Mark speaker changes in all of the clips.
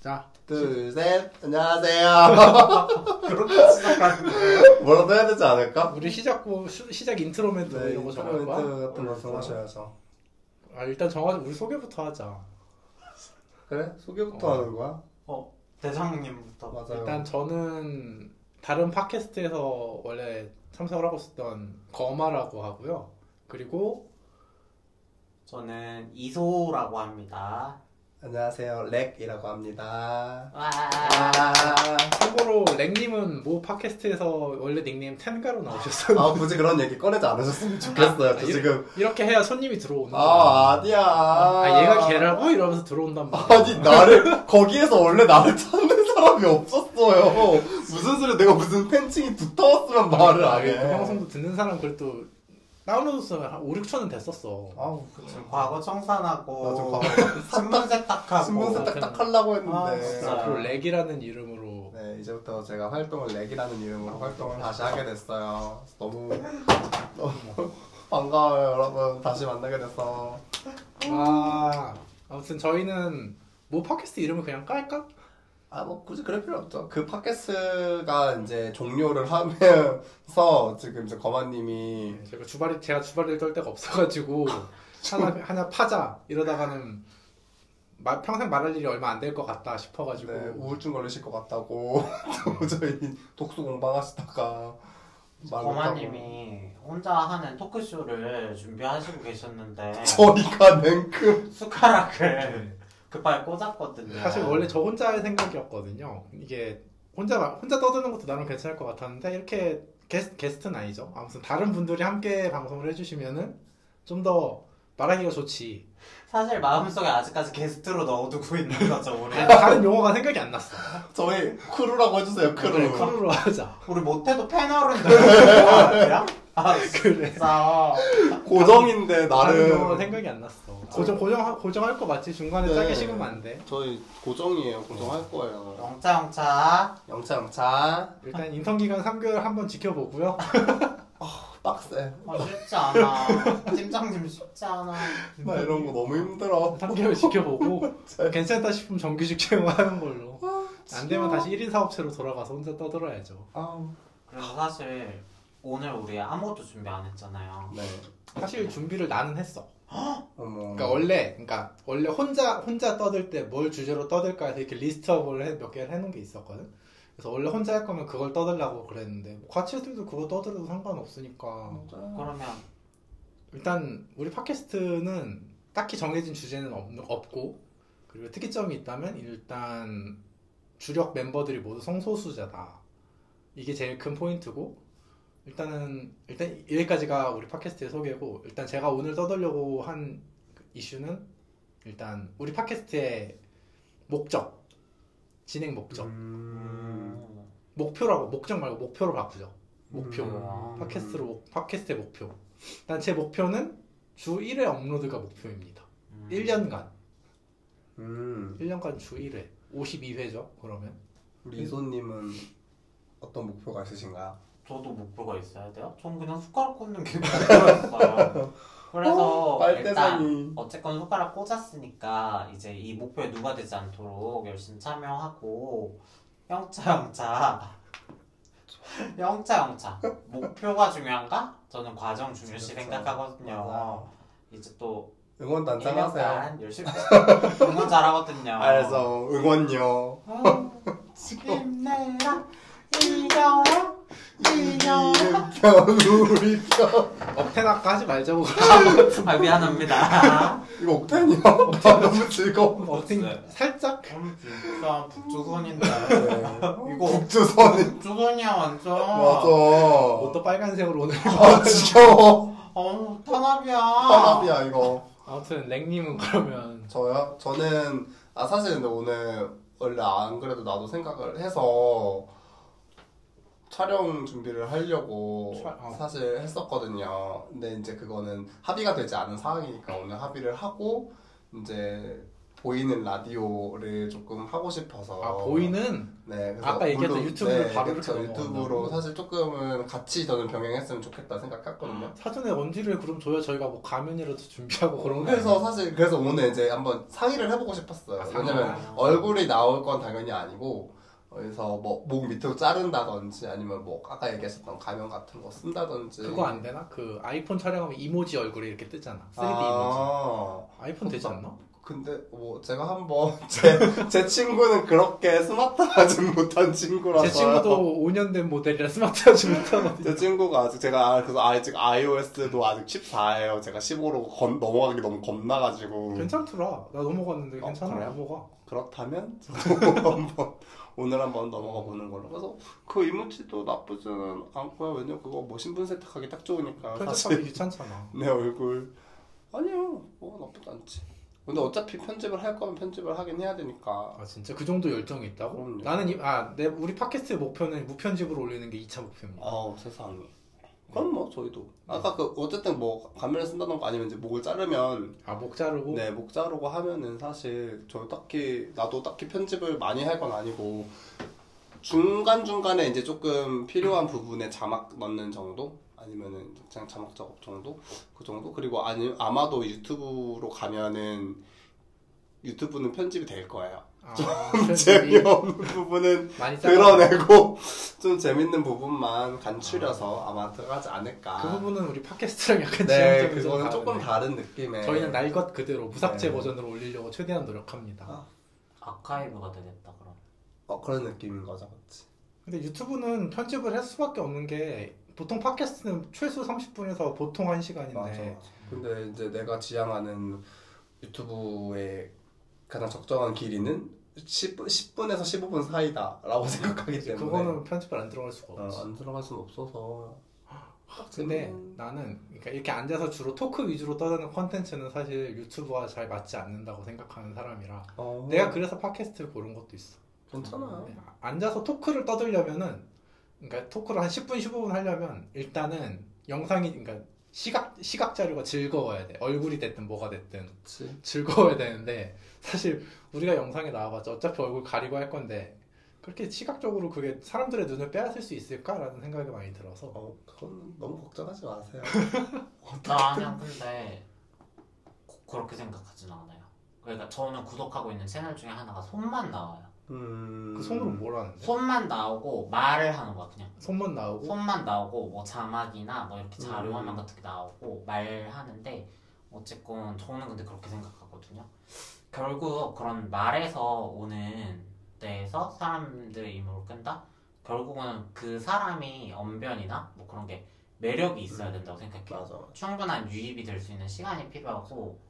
Speaker 1: 자,
Speaker 2: 둘, 셋, 안녕하세요.
Speaker 1: 그렇게 시작하는 거예요.
Speaker 2: 뭐라도 해야 되지 않을까?
Speaker 1: 우리 시작부 시- 시작 인트로 멘트
Speaker 2: 네,
Speaker 1: 이런 거
Speaker 2: 인트로
Speaker 1: 정할 거야?
Speaker 2: 멘트 같은 거 정하셔야죠.
Speaker 1: 아 일단 정하자. 우리 소개부터 하자.
Speaker 2: 그래? 소개부터
Speaker 1: 어.
Speaker 2: 하는 거야?
Speaker 3: 어, 대장님부터.
Speaker 2: 맞아요.
Speaker 1: 일단 저는 다른 팟캐스트에서 원래 참석을 하고 있었던 거마라고 하고요. 그리고
Speaker 3: 저는 이소라고 합니다.
Speaker 2: 안녕하세요. 렉이라고 합니다.
Speaker 3: 와.
Speaker 2: 아,
Speaker 1: 참고로 랭님은 모 팟캐스트에서 원래 닉네임 텐가로 나오셨어요.
Speaker 2: 굳이 그런 얘기 꺼내지 않으셨으면 좋겠어요. 아, 저
Speaker 1: 아, 이-
Speaker 2: 지금.
Speaker 1: 이렇게 해야 손님이 들어오는 거야.
Speaker 2: 아, 아니야.
Speaker 1: 아, 얘가 걔라고? 이러면서 들어온단 말이야.
Speaker 2: 아니, 나를, 거기에서 원래 나를 찾는 사람이 없었어요. 무슨 소리, 내가 무슨 팬층이 붙어왔으면 말을 안
Speaker 1: 그
Speaker 2: 해.
Speaker 1: 방송도 듣는 사람 그래도 다운로드 수가 한 5, 6천은 됐었어.
Speaker 2: 아우,
Speaker 3: 지금 과거
Speaker 2: 맞아,
Speaker 3: 청산하고
Speaker 2: 과거.
Speaker 3: 신문 세탁하고
Speaker 2: 신문
Speaker 1: 어,
Speaker 2: 세탁딱
Speaker 1: 그-
Speaker 2: 하려고
Speaker 3: 아,
Speaker 2: 했는데.
Speaker 3: 진짜.
Speaker 1: 앞으로 렉이라는 이름으로
Speaker 2: 네, 이제부터 제가 활동을 렉이라는 이름으로 활동을 다시 하게 됐어요. 너무, 너무 반가워요, 여러분. 다시 만나게 돼서.
Speaker 1: 아 아무튼 저희는 뭐 팟캐스트 이름을 그냥 깔까?
Speaker 2: 아, 뭐, 굳이 그럴 필요 없죠. 그 팟캐스트가 이제 종료를 하면서 지금 이제 거마님이
Speaker 1: 예, 제가 주발이 제가 주발을 떨 데가 없어가지고 하나 하나 파자 이러다가는 마- 평생 말할 일이 얼마 안 될 것 같다 싶어가지고
Speaker 2: 네, 우울증 걸리실 것 같다고 또 저희 독서 공방하시다가 말을
Speaker 3: 거마님이 혼자 하는 토크쇼를 준비하시고 계셨는데
Speaker 2: 못하고 저희가 냉큼
Speaker 3: 숟가락을 급하게 꽂았거든요.
Speaker 1: 네. 사실 원래 저 혼자의 생각이었거든요. 이게 혼자 마- 혼자 떠드는 것도 나름 괜찮을 것 같았는데 이렇게 게스, 게스트는 아니죠. 아무튼 다른 분들이 함께 방송을 해주시면은 좀 더 말하기가 좋지.
Speaker 3: 사실 마음속에 아직까지 게스트로 넣어두고 있는 거죠 우리.
Speaker 1: 다른 용어가 생각이 안 났어.
Speaker 2: 저희 크루라고 해주세요 크루
Speaker 1: 그래, 크루로 하자.
Speaker 3: 우리 못해도 패널은 되는 거 아니야? 아
Speaker 1: 그래.
Speaker 3: 진짜.
Speaker 1: 다른
Speaker 2: 고정인데 나름
Speaker 1: 용어가 뭐 생각이 안 났어. 고정 고정 고정할 거 맞지? 중간에
Speaker 2: 네.
Speaker 1: 짜게 식으면 안 돼.
Speaker 2: 저희 고정이에요 고정할 거예요
Speaker 3: 영차 영차.
Speaker 2: 영차 영차
Speaker 1: 일단 인턴 기간 3개월 한번 지켜보고요.
Speaker 2: 빡세
Speaker 3: 아, 쉽지 않아. 팀장님 쉽지 않아.
Speaker 2: 나 이런 거 너무 힘들어
Speaker 1: 3개월 지켜보고 괜찮다 싶으면 정규직 채용하는 걸로. 안 되면 다시 1인 사업체로 돌아가서 혼자 떠들어야죠.
Speaker 2: 아우
Speaker 3: 그래서 사실 오늘 우리 아무것도 준비 안 했잖아요.
Speaker 2: 네
Speaker 1: 사실 준비를 나는 했어.
Speaker 2: 어머
Speaker 1: 그러니까 원래 그러니까 원래 혼자 혼자 떠들 때 뭘 주제로 떠들까 해서 이렇게 리스트업을 해- 몇 개를 해놓은 게 있었거든. 그래서 원래 혼자 할 거면 그걸 떠들라고 그랬는데 뭐 같이 했어도 그거 떠들어도 상관없으니까
Speaker 2: 어.
Speaker 3: 그러면
Speaker 1: 일단 우리 팟캐스트는 딱히 정해진 주제는 없, 없고 그리고 특이점이 있다면 일단 주력 멤버들이 모두 성소수자다. 이게 제일 큰 포인트고 일단은 일단 여기까지가 우리 팟캐스트의 소개고 일단 제가 오늘 떠들려고 한그 이슈는 일단 우리 팟캐스트의 목적 진행 목적
Speaker 2: 음...
Speaker 3: 음,
Speaker 1: 목표라고 목적 말고 목표로 바꾸죠 목표
Speaker 3: 음.
Speaker 1: 팟캐스트로 목- 팟캐스트의 목표. 일단 제 목표는 주 1회 업로드가 목표입니다. 1년간.
Speaker 2: 음
Speaker 1: 1년간 주 1회. 52회죠, 그러면.
Speaker 2: 우리 이소님은 어떤 목표가 있으신가요?
Speaker 3: 저도 목표가 있어야 돼요? 전 그냥 숟가락 꽂는 게 목표였어요. 그래서 일단
Speaker 2: 빨대상이
Speaker 3: 어쨌건 손가락 꽂았으니까 이제 이 목표에 누가 되지 않도록 열심히 참여하고 영차 영차 영차 영차 목표가 중요한가? 저는 과정 중요시
Speaker 2: 그렇죠.
Speaker 3: 생각하거든요. 이제 또
Speaker 2: 응원
Speaker 3: 1
Speaker 2: 단장
Speaker 3: 년
Speaker 2: 하세요
Speaker 3: 간 열심히 응원 잘하거든요.
Speaker 2: 알죠 응원요
Speaker 3: 어, 힘내라 이겨라 이겨라
Speaker 2: 이름편 우리 편
Speaker 1: 업텐아까 하지 말자고.
Speaker 3: 아 미안합니다.
Speaker 2: 이거 옥텐이야? 너무 즐거워
Speaker 1: 업텐 살짝?
Speaker 3: 음, 진짜 북조선인데 네. 이거
Speaker 2: 국주선이
Speaker 3: 북조선이야 완전.
Speaker 2: 네. 맞아
Speaker 1: 어, 옷도 빨간색으로 오늘.
Speaker 2: 아 지겨워
Speaker 3: 어우 탄압이야.
Speaker 2: 탄압이야 이거
Speaker 1: 아무튼, 랭님은 그러면.
Speaker 2: 저요? 저는 아 사실 근데 오늘 원래 안 그래도 나도 생각을 해서 촬영 준비를 하려고
Speaker 1: 촬- 어.
Speaker 2: 사실 했었거든요. 근데 이제 그거는 합의가 되지 않은 상황이니까 오늘 합의를 하고 이제 보이는 라디오를 조금 하고 싶어서
Speaker 1: 아 보이는
Speaker 2: 네, 그래서 네,
Speaker 1: 아까 얘기했던 유튜브를 바로
Speaker 2: 그쵸,
Speaker 1: 이렇게
Speaker 2: 유튜브로
Speaker 1: 넘어간다고?
Speaker 2: 사실 조금은 같이 저는 병행했으면 좋겠다 생각했거든요.
Speaker 1: 사전에 원지를 그럼 줘야 저희가 뭐 가면이라도 준비하고 그런 거
Speaker 2: 그래서 사실 그래서 오늘 이제 한번 상의를 해보고 싶었어요.
Speaker 1: 아, 상의.
Speaker 2: 왜냐면 얼굴이 나올 건 당연히 아니고 그래서 뭐 목 밑으로 자른다든지 아니면 뭐 아까 얘기했었던 가면 같은 거 쓴다든지
Speaker 1: 그거 안 되나? 그 아이폰 촬영하면 이모지 얼굴이 이렇게 뜨잖아. 3D 이모지.
Speaker 2: 아,
Speaker 1: 아이폰 되지 않나?
Speaker 2: 근데 뭐 제가 한번 제 제 친구는 그렇게 스마트하지 못한 친구라서
Speaker 1: 제 친구도 5년 된 모델이라 스마트하지
Speaker 2: 음.
Speaker 1: 못하거든요.
Speaker 2: 제 친구가 아직 제가 그래서 아직 iOS도 아직 14예요. 제가 15로 건, 넘어가기 너무 겁나가지고
Speaker 1: 괜찮더라. 나 넘어갔는데
Speaker 2: 어,
Speaker 1: 괜찮아.
Speaker 2: 음. 그래요?
Speaker 1: 넘어가.
Speaker 2: 그렇다면 저도 한번 오늘 한번 넘어가 보는 걸로. 그래서 그 이모티도 나쁘지는 않고요. 왜냐 면 그거 뭐 신분 세탁하기 딱 좋으니까
Speaker 1: 편집하기
Speaker 2: 사실
Speaker 1: 귀찮잖아.
Speaker 2: 그렇죠. 내 얼굴 아니요 뭐 나쁘지 않지. 근데 어차피 편집을 할 거면 편집을 하긴 해야 되니까.
Speaker 1: 아 진짜 그 정도 열정이 있다고?
Speaker 2: 그럼요.
Speaker 1: 나는 이, 아, 내 우리 팟캐스트 목표는 무편집으로 올리는 게 2차 목표입니다.
Speaker 2: 아우 세상에. 그럼 뭐 저희도 아까 그 어쨌든 뭐 가면을 쓴다던가 아니면 이제 목을 자르면
Speaker 1: 아, 목 자르고
Speaker 2: 네, 목 자르고 하면은 사실 저 딱히 나도 딱히 편집을 많이 할 건 아니고 중간 중간에 이제 조금 필요한 부분에 자막 넣는 정도 아니면은 그냥 자막 작업 정도 그 정도 그리고 아니 아마도 유튜브로 가면은 유튜브는 편집이 될 거예요.
Speaker 1: 아, 편집이
Speaker 2: 재미없는 부분은
Speaker 1: 많이 잘라.
Speaker 2: 드러내고 좀 재밌는 부분만 간추려서 아마 들어가지 않을까.
Speaker 1: 그 부분은 우리 팟캐스트랑 약간
Speaker 2: 네,
Speaker 1: 지향점이 좀
Speaker 2: 그거는 조금
Speaker 1: 다르네.
Speaker 2: 다른 느낌의
Speaker 1: 저희는 날 것 그대로 무삭제
Speaker 2: 네.
Speaker 1: 버전으로 올리려고 최대한 노력합니다.
Speaker 2: 아.
Speaker 3: 아카이브가 되겠다 그럼.
Speaker 2: 어, 그런 느낌인 거죠, 그렇지?
Speaker 1: 근데 유튜브는 편집을 할 수밖에 없는 게 보통 팟캐스트는 최소 30분에서 보통 1시간인데
Speaker 2: 네. 근데 이제 내가 지향하는 유튜브의 가장 적정한 길이는 10, 10분에서 15분 사이다라고 생각하기 때문에
Speaker 1: 그거는 편집을 안 들어갈 수가
Speaker 2: 어,
Speaker 1: 없지.
Speaker 2: 안 들어갈 수는 없어서
Speaker 1: 근데
Speaker 2: 음.
Speaker 1: 나는 그러니까 이렇게 앉아서 주로 토크 위주로 떠드는 콘텐츠는 사실 유튜브와 잘 맞지 않는다고 생각하는 사람이라
Speaker 2: 어,
Speaker 1: 내가 그래서 음, 팟캐스트를 고른 것도 있어. 네,
Speaker 2: 괜찮아
Speaker 1: 앉아서 토크를 떠들려면은 그러니까 토크를 한 10분 15분 하려면 일단은 영상이 그러니까 시각 시각 자료가 즐거워야 돼. 얼굴이 됐든 뭐가 됐든
Speaker 2: 그렇지
Speaker 1: 즐거워야 되는데 사실 우리가 영상에 나와봤자 어차피 얼굴 가리고 할 건데 그렇게 시각적으로 그게 사람들의 눈을 빼앗을 수 있을까라는 생각이 많이 들어서
Speaker 2: 어, 그건 너무 걱정하지 마세요
Speaker 3: 나 그냥 근데 꼭 그렇게 생각하진 않아요. 그러니까 저는 구독하고 있는 채널 중에 하나가 손만 나와요.
Speaker 2: 음...
Speaker 1: 그 손으로 뭘 하는데?
Speaker 3: 손만 나오고 말을 하는 거야 그냥.
Speaker 1: 손만 나오고
Speaker 3: 손만 나오고 뭐 자막이나 뭐 이렇게 자료화면
Speaker 2: 음.
Speaker 3: 같은 게 나오고 말하는데 어쨌건 저는 근데 그렇게 생각하거든요. 결국 그런 말에서 오는 데에서 사람들의 힘을 끈다? 결국은 그 사람이 언변이나 뭐 그런 게 매력이 있어야
Speaker 2: 음.
Speaker 3: 된다고 생각해요.
Speaker 2: 맞아
Speaker 1: 그
Speaker 2: 맞아
Speaker 3: 충분한 유입이 될 수 있는 시간이 필요하고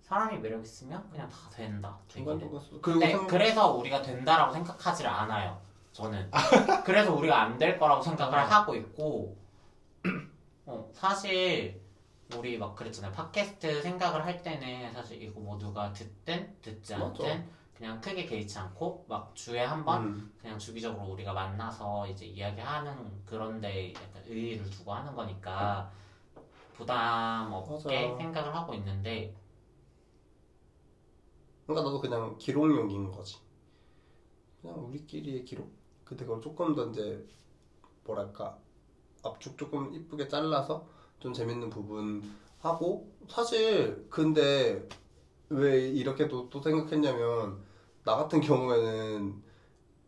Speaker 3: 사람이 매력 있으면 그냥 다 된다. 되기는.
Speaker 2: 중간중간 수- 그리고
Speaker 3: 네,
Speaker 2: 상-
Speaker 3: 그래서 우리가 된다라고 생각하지를 않아요. 저는. 그래서 우리가 안 될 거라고 생각을
Speaker 2: 아.
Speaker 3: 하고 있고, 어, 사실 우리 막 그랬잖아요. 팟캐스트 생각을 할 때는 사실 이거 뭐 누가 듣든 듣지
Speaker 2: 맞아.
Speaker 3: 않든 그냥 크게 개의치 않고 막 주에 한 번
Speaker 2: 음,
Speaker 3: 그냥 주기적으로 우리가 만나서 이제 이야기하는 그런데 약간 의의를 두고 하는 거니까 부담 없게
Speaker 2: 맞아요.
Speaker 3: 생각을 하고 있는데
Speaker 2: 그러니까 나도 그냥 기록용인 거지 그냥 우리끼리의 기록 근데 그걸 조금 더 이제 뭐랄까 앞쪽 조금 이쁘게 잘라서 좀 재밌는 부분 하고 사실 근데 왜 이렇게 또, 또 생각했냐면 나 같은 경우에는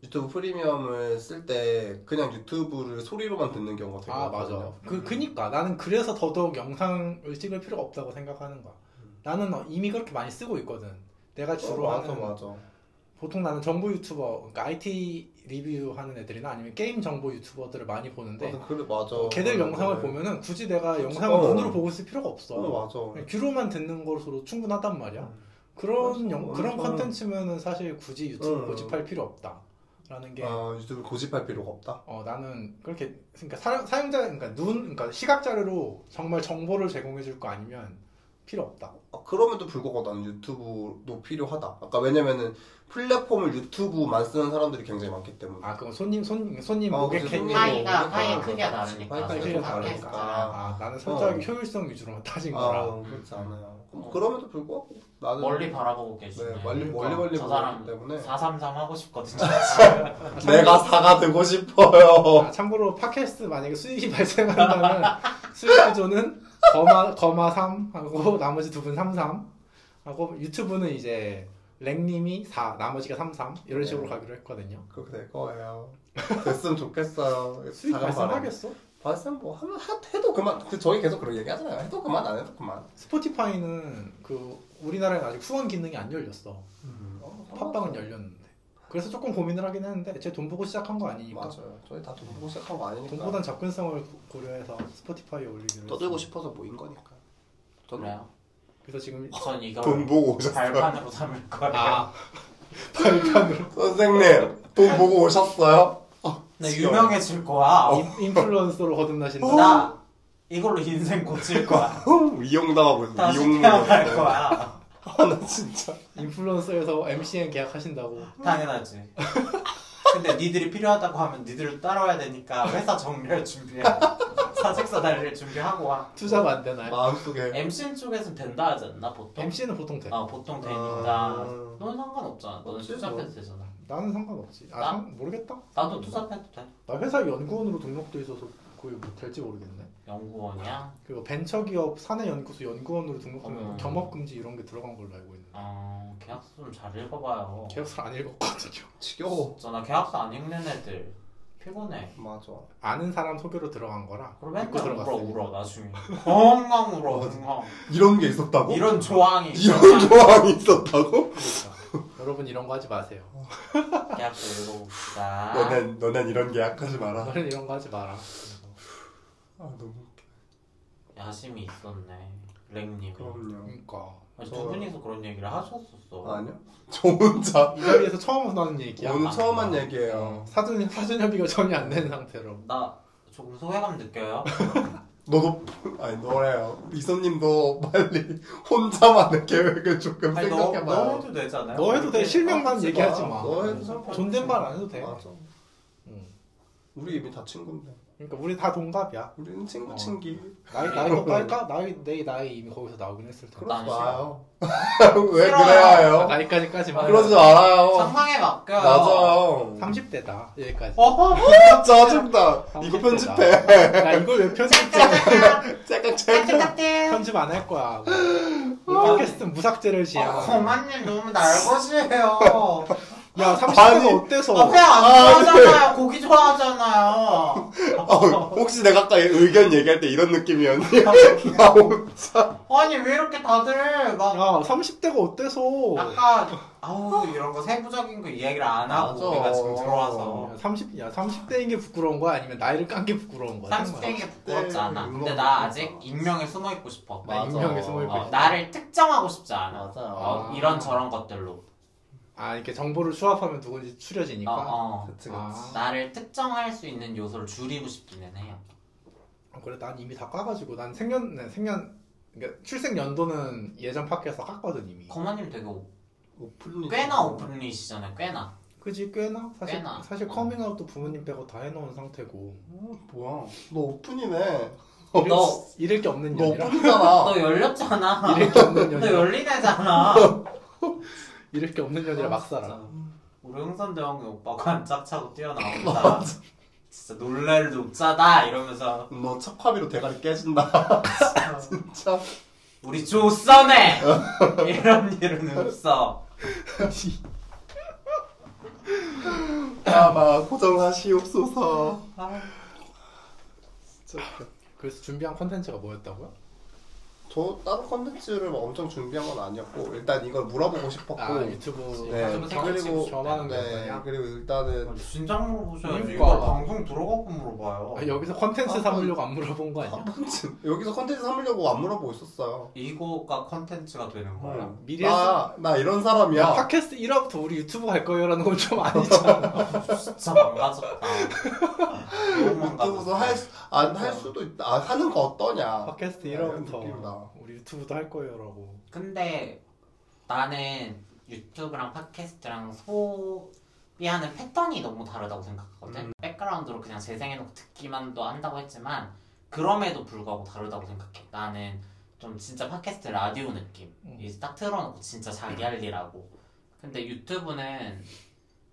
Speaker 2: 유튜브 프리미엄을 쓸 때 그냥 유튜브를 소리로만 듣는 경우가 되게
Speaker 1: 아
Speaker 2: 많거든요.
Speaker 1: 맞아 그 그니까 나는 그래서 더더욱 영상을 찍을 필요가 없다고 생각하는 거야
Speaker 2: 음.
Speaker 1: 나는 어, 이미 그렇게 많이 쓰고 있거든 내가 주로
Speaker 2: 어, 맞아
Speaker 1: 하는
Speaker 2: 맞아
Speaker 1: 보통 나는 정보 유튜버 그러니까 IT 리뷰하는 애들이나 아니면 게임 정보 유튜버들을 많이 보는데 어,
Speaker 2: 맞아 그래 맞아
Speaker 1: 네. 걔들
Speaker 2: 그래,
Speaker 1: 영상을
Speaker 2: 그래.
Speaker 1: 보면은 굳이 내가
Speaker 2: 그치,
Speaker 1: 영상을
Speaker 2: 어.
Speaker 1: 눈으로 보고 있을 필요가 없어
Speaker 2: 어 맞아
Speaker 1: 그냥 귀로만 듣는 것으로 충분하단 말이야
Speaker 2: 음.
Speaker 1: 그런
Speaker 2: 맞아,
Speaker 1: 영- 그런
Speaker 2: 완전.
Speaker 1: 컨텐츠면은 사실 굳이 유튜브
Speaker 2: 어.
Speaker 1: 고집할 필요 없다라는 게
Speaker 2: 아 유튜브 고집할 필요가 없다
Speaker 1: 어, 나는 그렇게 그러니까 사, 사용자 그러니까 눈 그러니까 시각 자료로 정말 정보를 제공해 줄 거 아니면 필요 없다.
Speaker 2: 아, 그럼에도 불구하고 나는 유튜브도 필요하다 아까 왜냐면은 플랫폼을 유튜브만 쓰는 사람들이 굉장히 많기 때문에
Speaker 1: 아, 뭐 그건 손님 손님 손님
Speaker 2: 어, 그치,
Speaker 1: 고객행위.
Speaker 2: 손님.
Speaker 3: 파이가
Speaker 2: 모르겠다.
Speaker 3: 파이의 크기가
Speaker 2: 파이
Speaker 3: 다르니까
Speaker 1: 크기가
Speaker 3: 그래서
Speaker 2: 다르니까.
Speaker 3: 팟캐스트랑
Speaker 2: 어.
Speaker 1: 아, 나는 선택하기 효율성 위주로만 따진 거라.
Speaker 2: 아, 그렇지 않아요. 그럼에도 불구하고 나는
Speaker 3: 멀리 바라보고 계시네.
Speaker 2: 네, 멀리 멀리 멀리
Speaker 3: 저
Speaker 2: 보기
Speaker 3: 사람
Speaker 2: 때문에
Speaker 3: 433 하고 싶거든요.
Speaker 2: 내가 사가 되고 싶어요.
Speaker 1: 아, 참고로 팟캐스트 만약에 수익이 발생한다면 수익 구조는 거마 거마 3 하고 나머지 두 분 33 하고 유튜브는 이제 랭님이 4 나머지가 33 이런 식으로
Speaker 2: 네.
Speaker 1: 가기로 했거든요.
Speaker 2: 그렇게 될 거예요. 됐으면 좋겠어요.
Speaker 1: 수익
Speaker 2: 네. 사가 바람.
Speaker 1: 발생하겠어?
Speaker 2: 발생 뭐 하면 하- 해도 그만. 근데 저희 계속 그런 얘기하잖아요. 해도 그만 안 해도 그만.
Speaker 1: 스포티파이는 그 우리나라에 아직 후원 기능이 안 열렸어.
Speaker 2: 어,
Speaker 1: 팟빵은 열렸는데. 그래서 조금 고민을 하긴 했는데 제 돈 보고 시작한 거 아니니까
Speaker 2: 맞아요. 저희 다 돈 보고 시작한 거 아니니까.
Speaker 1: 돈보단 접근성을 고- 고려해서 스포티파이에 올리기로
Speaker 2: 떠들고
Speaker 1: 했어요.
Speaker 2: 싶어서 모인 거니까. 저는
Speaker 3: 그래요.
Speaker 1: 그래서 지금
Speaker 3: 어, 전 이걸
Speaker 2: 돈 보고 오셨어요.
Speaker 3: 발판으로 삼을 거예요.
Speaker 1: 아 발판으로
Speaker 2: 선생님 돈 보고 오셨어요?
Speaker 3: 나 유명해질 거야.
Speaker 2: 아.
Speaker 1: 인- 인플루언서로 거듭나신다.
Speaker 3: 나 이걸로 인생 고칠 거야.
Speaker 2: 어, 이용당하고 있어.
Speaker 3: 다시
Speaker 2: 이용
Speaker 3: 태어날 거야.
Speaker 2: 아나 진짜.
Speaker 1: 인플루언서에서 MCN 계약하신다고.
Speaker 3: 당연하지. 근데 니들이 필요하다고 하면 니들을 따라와야 되니까 회사 정리할 준비해. 사직서 날릴 준비하고 와.
Speaker 1: 투자가 안 되나요?
Speaker 2: 아. 마음속에.
Speaker 3: MCN 쪽에서는 된다 하지 않나 보통?
Speaker 1: MC는 보통 돼.
Speaker 3: 아 보통 되니까.
Speaker 2: 아.
Speaker 3: 넌 상관없잖아. 너는
Speaker 2: 없지,
Speaker 3: 투잡해도
Speaker 2: 뭐.
Speaker 3: 되잖아.
Speaker 1: 나는 상관없지. 아
Speaker 3: 나?
Speaker 1: 상- 모르겠다.
Speaker 3: 나도 투잡해도 돼.
Speaker 1: 나 회사 연구원으로 등록돼 있어서 거의 못 될지 모르겠네.
Speaker 3: 연구원이야.
Speaker 1: 그리고 벤처기업 사내 연구소 연구원으로 등록하면
Speaker 3: 음.
Speaker 1: 겸업금지 이런 게 들어간 걸로 알고 있는데
Speaker 3: 어 계약서 좀 잘 읽어봐요.
Speaker 1: 계약서를 안 읽었거든요.
Speaker 2: 지겨워.
Speaker 3: 저나 계약서 안 읽는 애들 피곤해.
Speaker 2: 맞아.
Speaker 1: 아는 사람 소개로 들어간 거라
Speaker 3: 그럼
Speaker 1: 믿고
Speaker 3: 맨날 울어
Speaker 1: 들어갔어요.
Speaker 3: 울어 나중에 엉엉 울어 엉엉
Speaker 2: 이런 게 있었다고?
Speaker 3: 이런 조항이
Speaker 2: 이런 조항이 있었다고?
Speaker 1: 그러니까. 여러분 이런 거 하지 마세요.
Speaker 3: 계약서 읽어봅시다.
Speaker 2: 너넨 너넨 이런 계약하지 마라.
Speaker 1: 너는 이런 거 하지 마라.
Speaker 2: 아 너무.
Speaker 3: 야심이 있었네. 랭님.
Speaker 2: 그럼요.
Speaker 1: 그러니까
Speaker 3: 아니,
Speaker 2: 저요?
Speaker 3: 두 분이서 그런 얘기를 하셨었어.
Speaker 2: 아니요. 저 혼자
Speaker 1: 이 자리에서 처음 나는 얘기야.
Speaker 2: 오늘
Speaker 3: 아,
Speaker 2: 처음 한
Speaker 3: 아,
Speaker 2: 얘기예요.
Speaker 1: 사전 사전 협의가 전혀 안 된 상태로.
Speaker 3: 나 조금 소외감 느껴요.
Speaker 2: 너도 아니 너래요. 이선님도 빨리 혼자만의 계획을 조금
Speaker 3: 아니 너,
Speaker 2: 생각해봐요.
Speaker 3: 너 해도 되잖아요.
Speaker 1: 너 해도 돼. 실명만
Speaker 3: 아,
Speaker 2: 하지 마.
Speaker 1: 얘기하지 마.
Speaker 2: 아, 너 해도 상관없어.
Speaker 1: 존댓말 안 해도 돼.
Speaker 2: 맞아.
Speaker 1: 응.
Speaker 2: 우리 이미 다 친구인데.
Speaker 1: 그러니까 우리 다 동갑이야.
Speaker 2: 우리는 친구
Speaker 1: 어.
Speaker 2: 친기.
Speaker 1: 나이 나이 더 빨까? 나이 내 나이 이미 거기서 나오긴 했을 텐데.
Speaker 2: 그러지
Speaker 3: 난
Speaker 2: 마요. 왜
Speaker 3: 싫어요.
Speaker 1: 나-
Speaker 2: 그래요? 아,
Speaker 1: 나이까지까지 말.
Speaker 2: 그러지 말아요.
Speaker 3: 상황에 맡겨요.
Speaker 2: 맞아요.
Speaker 1: 30대다 여기까지.
Speaker 3: 어허.
Speaker 2: 짜증나. 이거
Speaker 1: 30대다.
Speaker 2: 편집해.
Speaker 1: 나 이걸 왜 편집해?
Speaker 3: 짜잔.
Speaker 2: 잠깐 잠깐.
Speaker 3: 따뜻따뜻.
Speaker 1: 편집 안 할 거야. 이 팟캐스트 무삭제를 지향.
Speaker 3: 어, 고만님 너무 날것이에요.
Speaker 1: 야 30대가
Speaker 2: 아니.
Speaker 1: 어때서?
Speaker 3: 앞에 안
Speaker 2: 아,
Speaker 3: 좋아하잖아요. 고기 좋아하잖아요.
Speaker 2: 어, 혹시 내가 아까 의견 얘기할 때 이런 느낌이었니? 네, 나 혼자.
Speaker 3: 아니 왜 이렇게 다들 막
Speaker 1: 야 30대가 어때서?
Speaker 3: 아까 아우 이런 거 세부적인 거 이야기를 안 하고
Speaker 2: 맞아.
Speaker 3: 우리가 지금 들어와서
Speaker 1: 야, 30, 야 30대인 게 부끄러운 거야 아니면 나이를 깐 게 부끄러운 거야?
Speaker 3: 30대에게 부끄럽지 않아.
Speaker 2: 네,
Speaker 3: 근데 나
Speaker 2: 물론
Speaker 3: 아직
Speaker 2: 그렇구나.
Speaker 3: 익명에 숨어 있고 싶어.
Speaker 1: 나
Speaker 2: 맞아.
Speaker 1: 익명에 숨어 있고
Speaker 3: 어,
Speaker 1: 있어.
Speaker 3: 나를 특정하고 싶지 않아.
Speaker 2: 맞아요.
Speaker 3: 어,
Speaker 1: 아.
Speaker 3: 이런 저런 것들로.
Speaker 1: 아 이렇게 정보를 수합하면 누군지
Speaker 3: 어,
Speaker 1: 추려지니까.
Speaker 2: 그러니까?
Speaker 3: 어.
Speaker 2: 그치, 그치.
Speaker 1: 아.
Speaker 3: 나를 특정할 수 있는 요소를 줄이고 싶기는 해요. 어.
Speaker 1: 아, 그래 난 이미 다 까가지고 난 생년 네, 생년 그러니까 출생 연도는 예전 팟캐에서 깠거든 이미.
Speaker 3: 거마님 되게 오-
Speaker 2: 음. 오픈이
Speaker 3: 꽤나 오픈리시잖아요. 꽤나.
Speaker 1: 그지 꽤나 사실
Speaker 3: 꽤나.
Speaker 1: 사실 커밍아웃도 부모님 빼고 다 해놓은 상태고
Speaker 2: 어, 뭐야? 너 오픈이네.
Speaker 3: 어, 너-
Speaker 1: 잃을, 잃을 게 없는
Speaker 2: 너
Speaker 1: 년이라
Speaker 2: 오픈이잖아.
Speaker 3: 너 열렸잖아.
Speaker 1: 잃을 게 없는
Speaker 3: 너
Speaker 1: 년이라
Speaker 3: 열리네잖아.
Speaker 1: 잃을 게 없는 년이라 막 살아.
Speaker 3: 진짜. 우리 흥선대왕의 그 오빠가 안 짝차고 뛰어나온다. 진짜 놀랄 녹자다 이러면서
Speaker 2: 너 척화비로 대가리 깨진다. 진짜.
Speaker 3: 우리 조선에 이런 일은 없어.
Speaker 2: 아, 아마 고정하시옵소서.
Speaker 3: 아,
Speaker 2: 진짜.
Speaker 1: 그래서 준비한 컨텐츠가 뭐였다고요?
Speaker 2: 저 따로 컨텐츠를 막 엄청 준비한 건 아니었고 일단 이걸 물어보고 싶었고.
Speaker 1: 아 유튜브
Speaker 2: 네.
Speaker 3: 유튜브 생각
Speaker 2: 그리고
Speaker 3: 없이
Speaker 1: 겸하는
Speaker 2: 네.
Speaker 1: 거였냐?
Speaker 2: 그리고
Speaker 1: 음.
Speaker 2: 일단은
Speaker 3: 진짜 물어보셔야지.
Speaker 1: 그러니까.
Speaker 3: 이거 방송 들어가고 물어봐요.
Speaker 1: 아, 여기서 컨텐츠
Speaker 2: 아,
Speaker 1: 삼으려고 안 물어본 거 아니야?
Speaker 2: 컨텐츠 여기서 컨텐츠 삼으려고 안 물어보고 있었어요.
Speaker 3: 이거가 컨텐츠가 되는 거야.
Speaker 2: 어.
Speaker 1: 미리 아. 했어.
Speaker 2: 나, 나 이런 사람이야.
Speaker 1: 야, 팟캐스트 1화부터 우리 유튜브 갈 거예요라는 건 좀 아니잖아.
Speaker 3: 진짜 망가졌다. 너무
Speaker 2: 유튜브도
Speaker 3: 망가졌어.
Speaker 2: 할안할 수도 있다. 아, 하는 거 어떠냐?
Speaker 1: 팟캐스트
Speaker 2: 네, 이런
Speaker 1: 1화부터
Speaker 2: 느낌이다.
Speaker 1: 우리 유튜브도 할 거예요라고.
Speaker 3: 근데 나는 유튜브랑 팟캐스트랑 소비하는 패턴이 너무 다르다고 생각하거든.
Speaker 2: 음.
Speaker 3: 백그라운드로 그냥 재생해놓고 듣기만도 한다고 했지만 그럼에도 불구하고 다르다고 생각해. 나는 좀 진짜 팟캐스트 라디오 느낌.
Speaker 1: 음.
Speaker 3: 이제 딱 틀어놓고 진짜 자기 할 일하고. 근데 유튜브는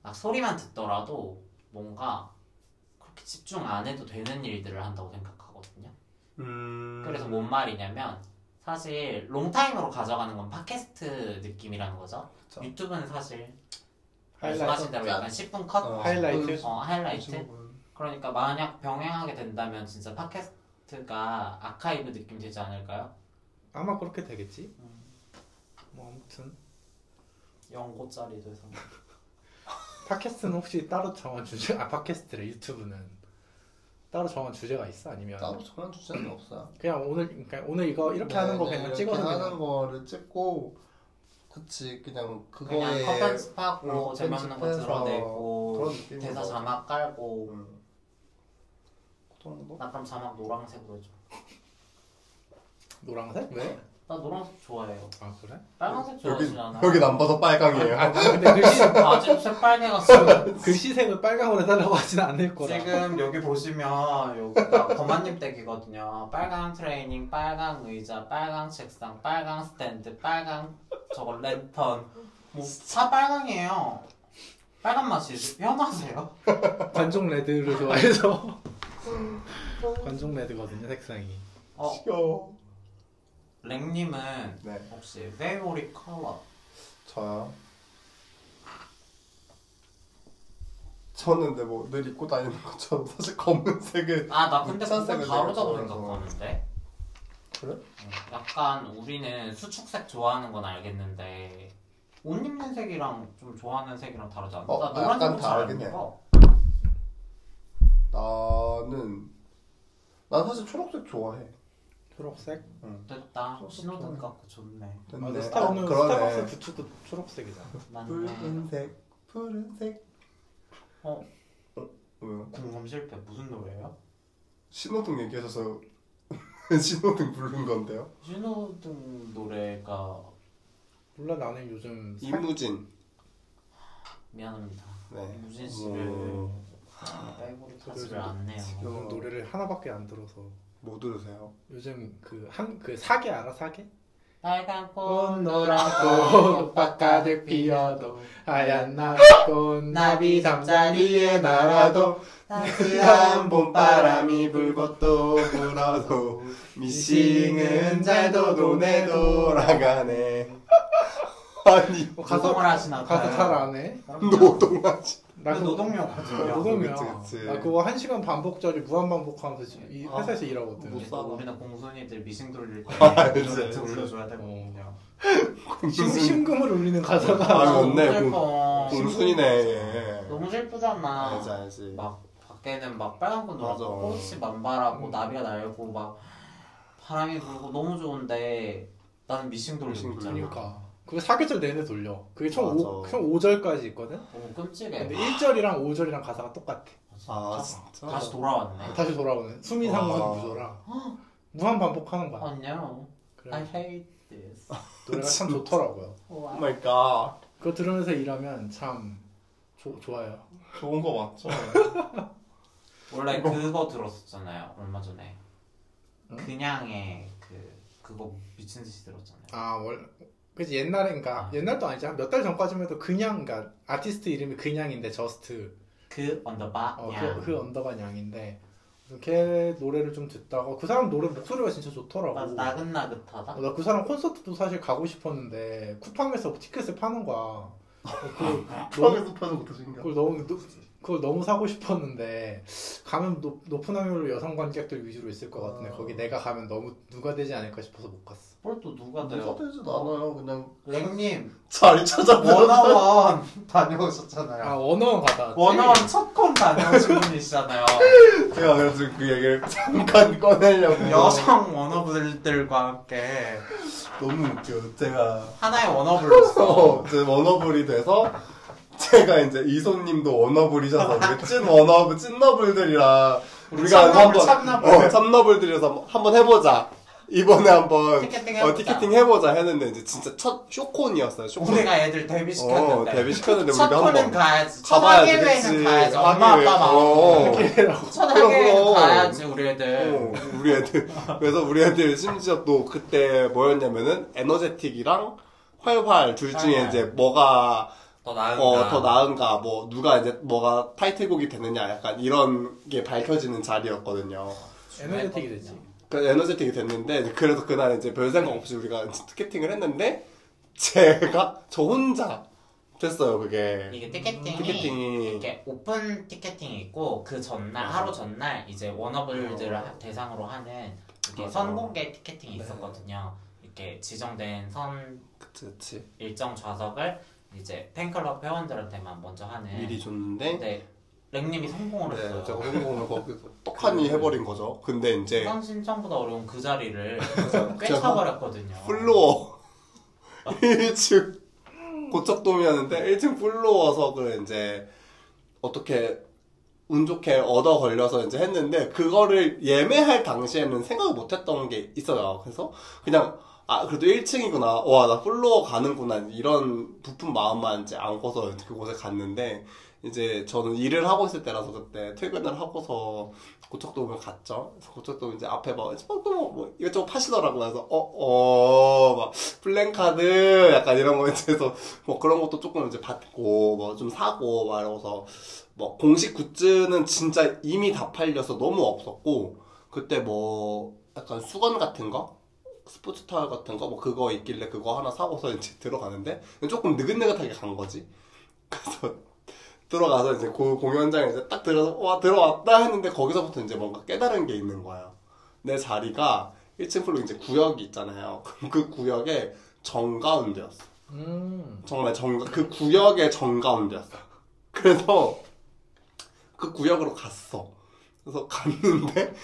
Speaker 3: 막 소리만 듣더라도 뭔가 그렇게 집중 안 해도 되는 일들을 한다고 생각하거든요.
Speaker 2: 음.
Speaker 3: 그래서
Speaker 1: 뭐?
Speaker 3: 뭔 말이냐면 사실 롱타임으로 가져가는 건 팟캐스트 느낌이라는 거죠.
Speaker 2: 그쵸.
Speaker 3: 유튜브는 사실 말씀하신
Speaker 2: 아,
Speaker 1: 하이라이트
Speaker 3: 대로 약간 10분 컷,
Speaker 2: 어,
Speaker 1: 하이라이트?
Speaker 3: 어, 하이라이트
Speaker 2: 지금
Speaker 3: 그러니까 만약 병행하게 된다면 진짜 팟캐스트가 아카이브 느낌 되지 않을까요?
Speaker 1: 아마 그렇게 되겠지.
Speaker 2: 음.
Speaker 1: 뭐 아무튼
Speaker 3: 연고짜리도 해서
Speaker 1: 팟캐스트는 혹시 따로 정한 주제? 아 팟캐스트래 유튜브는 따로 정한 주제가 있어? 아니면
Speaker 2: 따로 정한 주제는 없어요.
Speaker 1: 그냥 오늘 그러니까 오늘 이거 이렇게 하는 거
Speaker 2: 네, 네,
Speaker 1: 그냥
Speaker 2: 이렇게
Speaker 1: 찍어서 그냥
Speaker 2: 하는 거를 찍고 그치 그냥 그거에
Speaker 3: 그냥 컷
Speaker 2: 음,
Speaker 3: 편집하고 재밌는 거
Speaker 2: 편집해서 그런
Speaker 3: 들어내고
Speaker 2: 느낌인
Speaker 3: 대사
Speaker 2: 것 같아요.
Speaker 3: 자막 깔고
Speaker 2: 음. 그 정도?
Speaker 3: 나 그럼 자막 노란색으로 해줘
Speaker 1: 노란색?
Speaker 2: 네.
Speaker 1: 왜?
Speaker 3: 나 노란색 좋아해요
Speaker 1: 아 그래?
Speaker 3: 빨간색 좋아하지 않아
Speaker 2: 여기 남봐서 빨강이에요.
Speaker 1: 아 근데 글씨
Speaker 3: 아직 새빨개가지고
Speaker 1: 글씨색을 빨강으로 해달라고 하진 않을 거라.
Speaker 3: 지금 여기 보시면 여기가 거만님 댁이거든요. 빨강 트레이닝, 빨강 의자, 빨강 책상, 빨강 스탠드, 빨강 저거 랜턴. 뭐다 빨강이에요. 빨간 맛이 편하세요?
Speaker 1: 관종 레드를 좋아해서 관종 레드거든요 색상이.
Speaker 3: 어,
Speaker 2: 귀여워.
Speaker 3: 랭님은
Speaker 2: 네,
Speaker 3: 혹시 페이보릿 컬러?
Speaker 2: 저요. 저는 근데 뭐 늘 입고 다니는 것처럼 사실 검은색을
Speaker 3: 아, 나 근데
Speaker 2: 흑사색을
Speaker 3: 그건 가로자고
Speaker 2: 내가 좋아해서.
Speaker 3: 생각하는데.
Speaker 2: 그래?
Speaker 3: 음, 약간 우리는 수축색 좋아하는 건 알겠는데 옷 입는 색이랑 좀 좋아하는 색이랑 다르지 않나?
Speaker 2: 어,
Speaker 3: 나
Speaker 2: 약간
Speaker 3: 노란색도 잘안
Speaker 2: 다르긴 해.
Speaker 3: 입어.
Speaker 2: 나는 난 사실 초록색 좋아해.
Speaker 1: 초록색?
Speaker 3: 됐다.
Speaker 2: 소스
Speaker 3: 신호등
Speaker 2: 좋아해.
Speaker 3: 같고 좋네.
Speaker 1: 아,
Speaker 2: 아,
Speaker 1: 근데 스타벅스
Speaker 2: 그러네.
Speaker 1: 스타벅스 부츠도 초록색이잖아.
Speaker 3: 맞네.
Speaker 2: 푸른색, 푸른색.
Speaker 3: 어?
Speaker 2: 왜요?
Speaker 3: 궁금 실패 무슨 노래예요?
Speaker 2: 신호등 얘기하셔서 신호등 부른 건데요.
Speaker 3: 신호등 노래가
Speaker 1: 몰라 나는 요즘 살-
Speaker 2: 이무진.
Speaker 3: 미안합니다.
Speaker 2: 네.
Speaker 3: 무진 씨를
Speaker 2: 오.
Speaker 3: 빼고를 타지를 않네요.
Speaker 2: 지금-
Speaker 1: 요즘 노래를 하나밖에 안 들어서
Speaker 2: 뭐 들으세요?
Speaker 1: 요즘 그 한 그 사계 알아 사계?
Speaker 3: 빨간
Speaker 1: 꽃
Speaker 3: 꽃
Speaker 1: 노란
Speaker 3: 꽃,
Speaker 1: 꽃 바깥에 피어도 하얀 나 꽃나비 잠자리에 날아도
Speaker 2: 한
Speaker 3: 따스한
Speaker 2: 봄바람이 불고 또 불어도 미싱은 잘 도도내 돌아가네 아니
Speaker 1: 어,
Speaker 3: 노동을 하시나 봐요.
Speaker 1: 가사 잘 안 해?
Speaker 2: 노동하지
Speaker 1: 나
Speaker 3: 그
Speaker 1: 그거-
Speaker 3: 노동력하죠.
Speaker 1: 노동이야.
Speaker 2: 그치, 그치.
Speaker 1: 나 그거 한 시간 반 복절이 무한 반복하면서 이 회사에서 일하거든.
Speaker 2: 못 살아.
Speaker 3: 우리는 공손이들 미싱 돌릴 때
Speaker 2: 아,
Speaker 3: 노래
Speaker 2: 그치,
Speaker 3: 같은 거
Speaker 2: 그치.
Speaker 3: 올려줘야 되거든요.
Speaker 1: 심, 심금을 울리는 가사가
Speaker 2: 아, 음. 맞네. 그,
Speaker 3: 너무
Speaker 2: 공-
Speaker 3: 슬퍼.
Speaker 2: 공순이네
Speaker 3: 너무 슬프잖아.
Speaker 2: 알지 알지
Speaker 3: 막 밖에는 막 빨간 건
Speaker 2: 맞아.
Speaker 3: 놀고 꽃이 만발하고
Speaker 1: 음.
Speaker 3: 나비가 날고 막 바람이 불고 너무 좋은데 나는 미싱 돌리고
Speaker 2: 미싱
Speaker 3: 있잖아.
Speaker 1: 그러니까 그거 사계절 내내 돌려. 그게 총,
Speaker 2: 맞아.
Speaker 1: 오, 총 5절까지 있거든.
Speaker 3: 너무 끔찍해.
Speaker 1: 근데 1절이랑 5절이랑 가사가 똑같아.
Speaker 2: 아
Speaker 3: 진짜.
Speaker 2: 진짜
Speaker 3: 다시 돌아왔네.
Speaker 1: 다시 돌아오는 숨이 상승
Speaker 2: 와.
Speaker 1: 구조라 무한 반복하는
Speaker 2: 아.
Speaker 1: 거야.
Speaker 3: 안녕. I
Speaker 1: 그래
Speaker 3: hate this.
Speaker 1: 노래가 참
Speaker 2: 진짜.
Speaker 1: 좋더라고요.
Speaker 3: 오
Speaker 2: 마이 갓
Speaker 1: 그거 들으면서 일하면 참 조, 좋아요.
Speaker 2: 좋은 거 맞죠?
Speaker 3: 원래 그거 들었었잖아요. 얼마 전에
Speaker 1: 응?
Speaker 3: 그냥의 그 그거 미친 듯이 들었잖아요.
Speaker 1: 아 월. 그지 옛날에 그니까
Speaker 3: 아.
Speaker 1: 옛날도 아니지 몇 달 전까지만 해도 그냥 그니까 아티스트 이름이 그냥인데 저스트
Speaker 3: 그 언더바
Speaker 1: 어,
Speaker 3: 양.
Speaker 1: 그, 그 언더가 양인데 그래서 걔 노래를 좀 듣다가 그 사람 노래 목소리가 진짜 좋더라고
Speaker 3: 맞아, 나긋나긋하다.
Speaker 1: 나 그 사람 콘서트도 사실 가고 싶었는데 쿠팡에서 티켓을 파는 거야 어, 그, 너무,
Speaker 2: 처음에서 파는 것도 신기하다
Speaker 1: 그걸 너무 노- 그걸 너무 사고 싶었는데 가면 높, 높은 확률로 여성 관객들 위주로 있을 것 같은데
Speaker 2: 어.
Speaker 1: 거기 내가 가면 너무 누가 되지 않을까 싶어서 못 갔어
Speaker 3: 뭘 또 누가 돼요?
Speaker 2: 인사되지도 않아요 그냥
Speaker 3: 랭님
Speaker 2: 자리 찾아보는
Speaker 3: 원어원 다녀오셨잖아요.
Speaker 1: 아 원어원 가다 왔지?
Speaker 3: 원어원 첫콘 다녀오신 분이시잖아요.
Speaker 2: 제가 그래서 그 얘기를 잠깐 꺼내려고
Speaker 3: 여성 원어블들과 함께
Speaker 2: 너무 웃겨 제가
Speaker 3: 하나의 원어블로서
Speaker 2: 어, 이제 워너블이 돼서 제가 이제 이소님도 워너블이셔서 우리 찐 워너블 찐너블들이라 우리가
Speaker 3: 참너블,
Speaker 2: 한번
Speaker 3: 참너블.
Speaker 2: 어, 참너블들이라서 한번 해보자 이번에 한번
Speaker 3: 티켓팅
Speaker 2: 어,
Speaker 3: 해보자.
Speaker 2: 티켓팅 해보자 했는데 이제 진짜 첫 쇼콘이었어요. 쇼콘.
Speaker 3: 우리가 애들 데뷔시켰는데
Speaker 2: 어, 데뷔시켰는데
Speaker 3: 첫
Speaker 2: 우리가
Speaker 3: 코는
Speaker 2: 한번 가봐야지,
Speaker 3: 가야지 첫 학예회는
Speaker 2: 그치.
Speaker 3: 가야지 엄마
Speaker 2: 학예회.
Speaker 3: 아빠
Speaker 2: 어.
Speaker 3: 마음
Speaker 1: 이라고
Speaker 3: 첫
Speaker 2: 그럼,
Speaker 3: 학예회는
Speaker 2: 그럼.
Speaker 3: 가야지 우리 애들
Speaker 2: 어, 우리 애들 그래서 우리 애들 심지어 또 그때 뭐였냐면은 에너제틱이랑 활활 둘 중에
Speaker 3: 활활.
Speaker 2: 이제 뭐가
Speaker 4: 더 나은가.
Speaker 2: 어, 더 나은가 뭐 누가 이제 뭐가 타이틀곡이 되느냐 약간 이런 게 밝혀지는 자리였거든요.
Speaker 1: 네, 에너제틱이 됐지.
Speaker 2: 그 에너제틱이 됐는데 이제 그래서 그날 이제 별 생각 없이 우리가 티켓팅을 했는데 제가 저 혼자 됐어요 그게
Speaker 3: 이게 티켓팅이,
Speaker 2: 티켓팅이
Speaker 3: 이렇게 오픈 티켓팅이 있고 그
Speaker 2: 음.
Speaker 3: 전날 하루 전날 이제 워너블들을 하- 대상으로 하는 이렇게
Speaker 2: 맞아. 네.
Speaker 3: 선공개 티켓팅이 있었거든요. 이렇게 지정된 선
Speaker 2: 그치 그치
Speaker 3: 일정 좌석을 이제 팬클럽 회원들한테만 먼저 하는
Speaker 2: 미리 줬는데
Speaker 3: 근데 랭님이 성공을
Speaker 2: 네,
Speaker 3: 했어요.
Speaker 2: 제가 홍콩을 거기서 네. 떡하니 해버린 거죠. 근데 이제
Speaker 3: 우선 네. 신청보다 어려운 그 자리를
Speaker 2: 제가
Speaker 3: 꿰차버렸거든요.
Speaker 2: 플로어 1층 고척돔이었는데 1층 플로어석을 이제 어떻게 운 좋게 얻어 걸려서 이제 했는데 그거를 예매할 당시에는 생각을 못했던 게 있어요. 그래서 그냥 아 그래도 1층이구나 와 나 플로어 가는구나 이런 부푼 마음만 이제 안고서 그곳에 갔는데 이제 저는 일을 하고 있을 때라서 그때 퇴근을 하고서 고척돔을 갔죠. 그래서 고척돔 이제 앞에 막, 어, 또뭐뭐 이것저것 파시더라고요. 그래서 어, 어, 막 플랜카드 약간 이런 거 이제 해서 뭐 그런 것도 조금 이제 받고 뭐 좀 사고 막 이러고서 뭐 공식 굿즈는 진짜 이미 다 팔려서 너무 없었고 그때 뭐 약간 수건 같은 거? 스포츠 타월 같은 거 뭐 그거 있길래 그거 하나 사고서 이제 들어가는데 조금 느긋느긋하게 간 거지. 그래서 들어가서 이제 그 공연장에 이제 딱 들어서 와 들어왔다 했는데 거기서부터 이제 뭔가 깨달은 게 있는 거예요. 내 자리가 1층 플로 이제 구역이 있잖아요. 그럼 그 구역의 정가운데였어.
Speaker 1: 음.
Speaker 2: 정말 정, 그 구역의 정가운데였어. 그래서 그 구역으로 갔어. 그래서 갔는데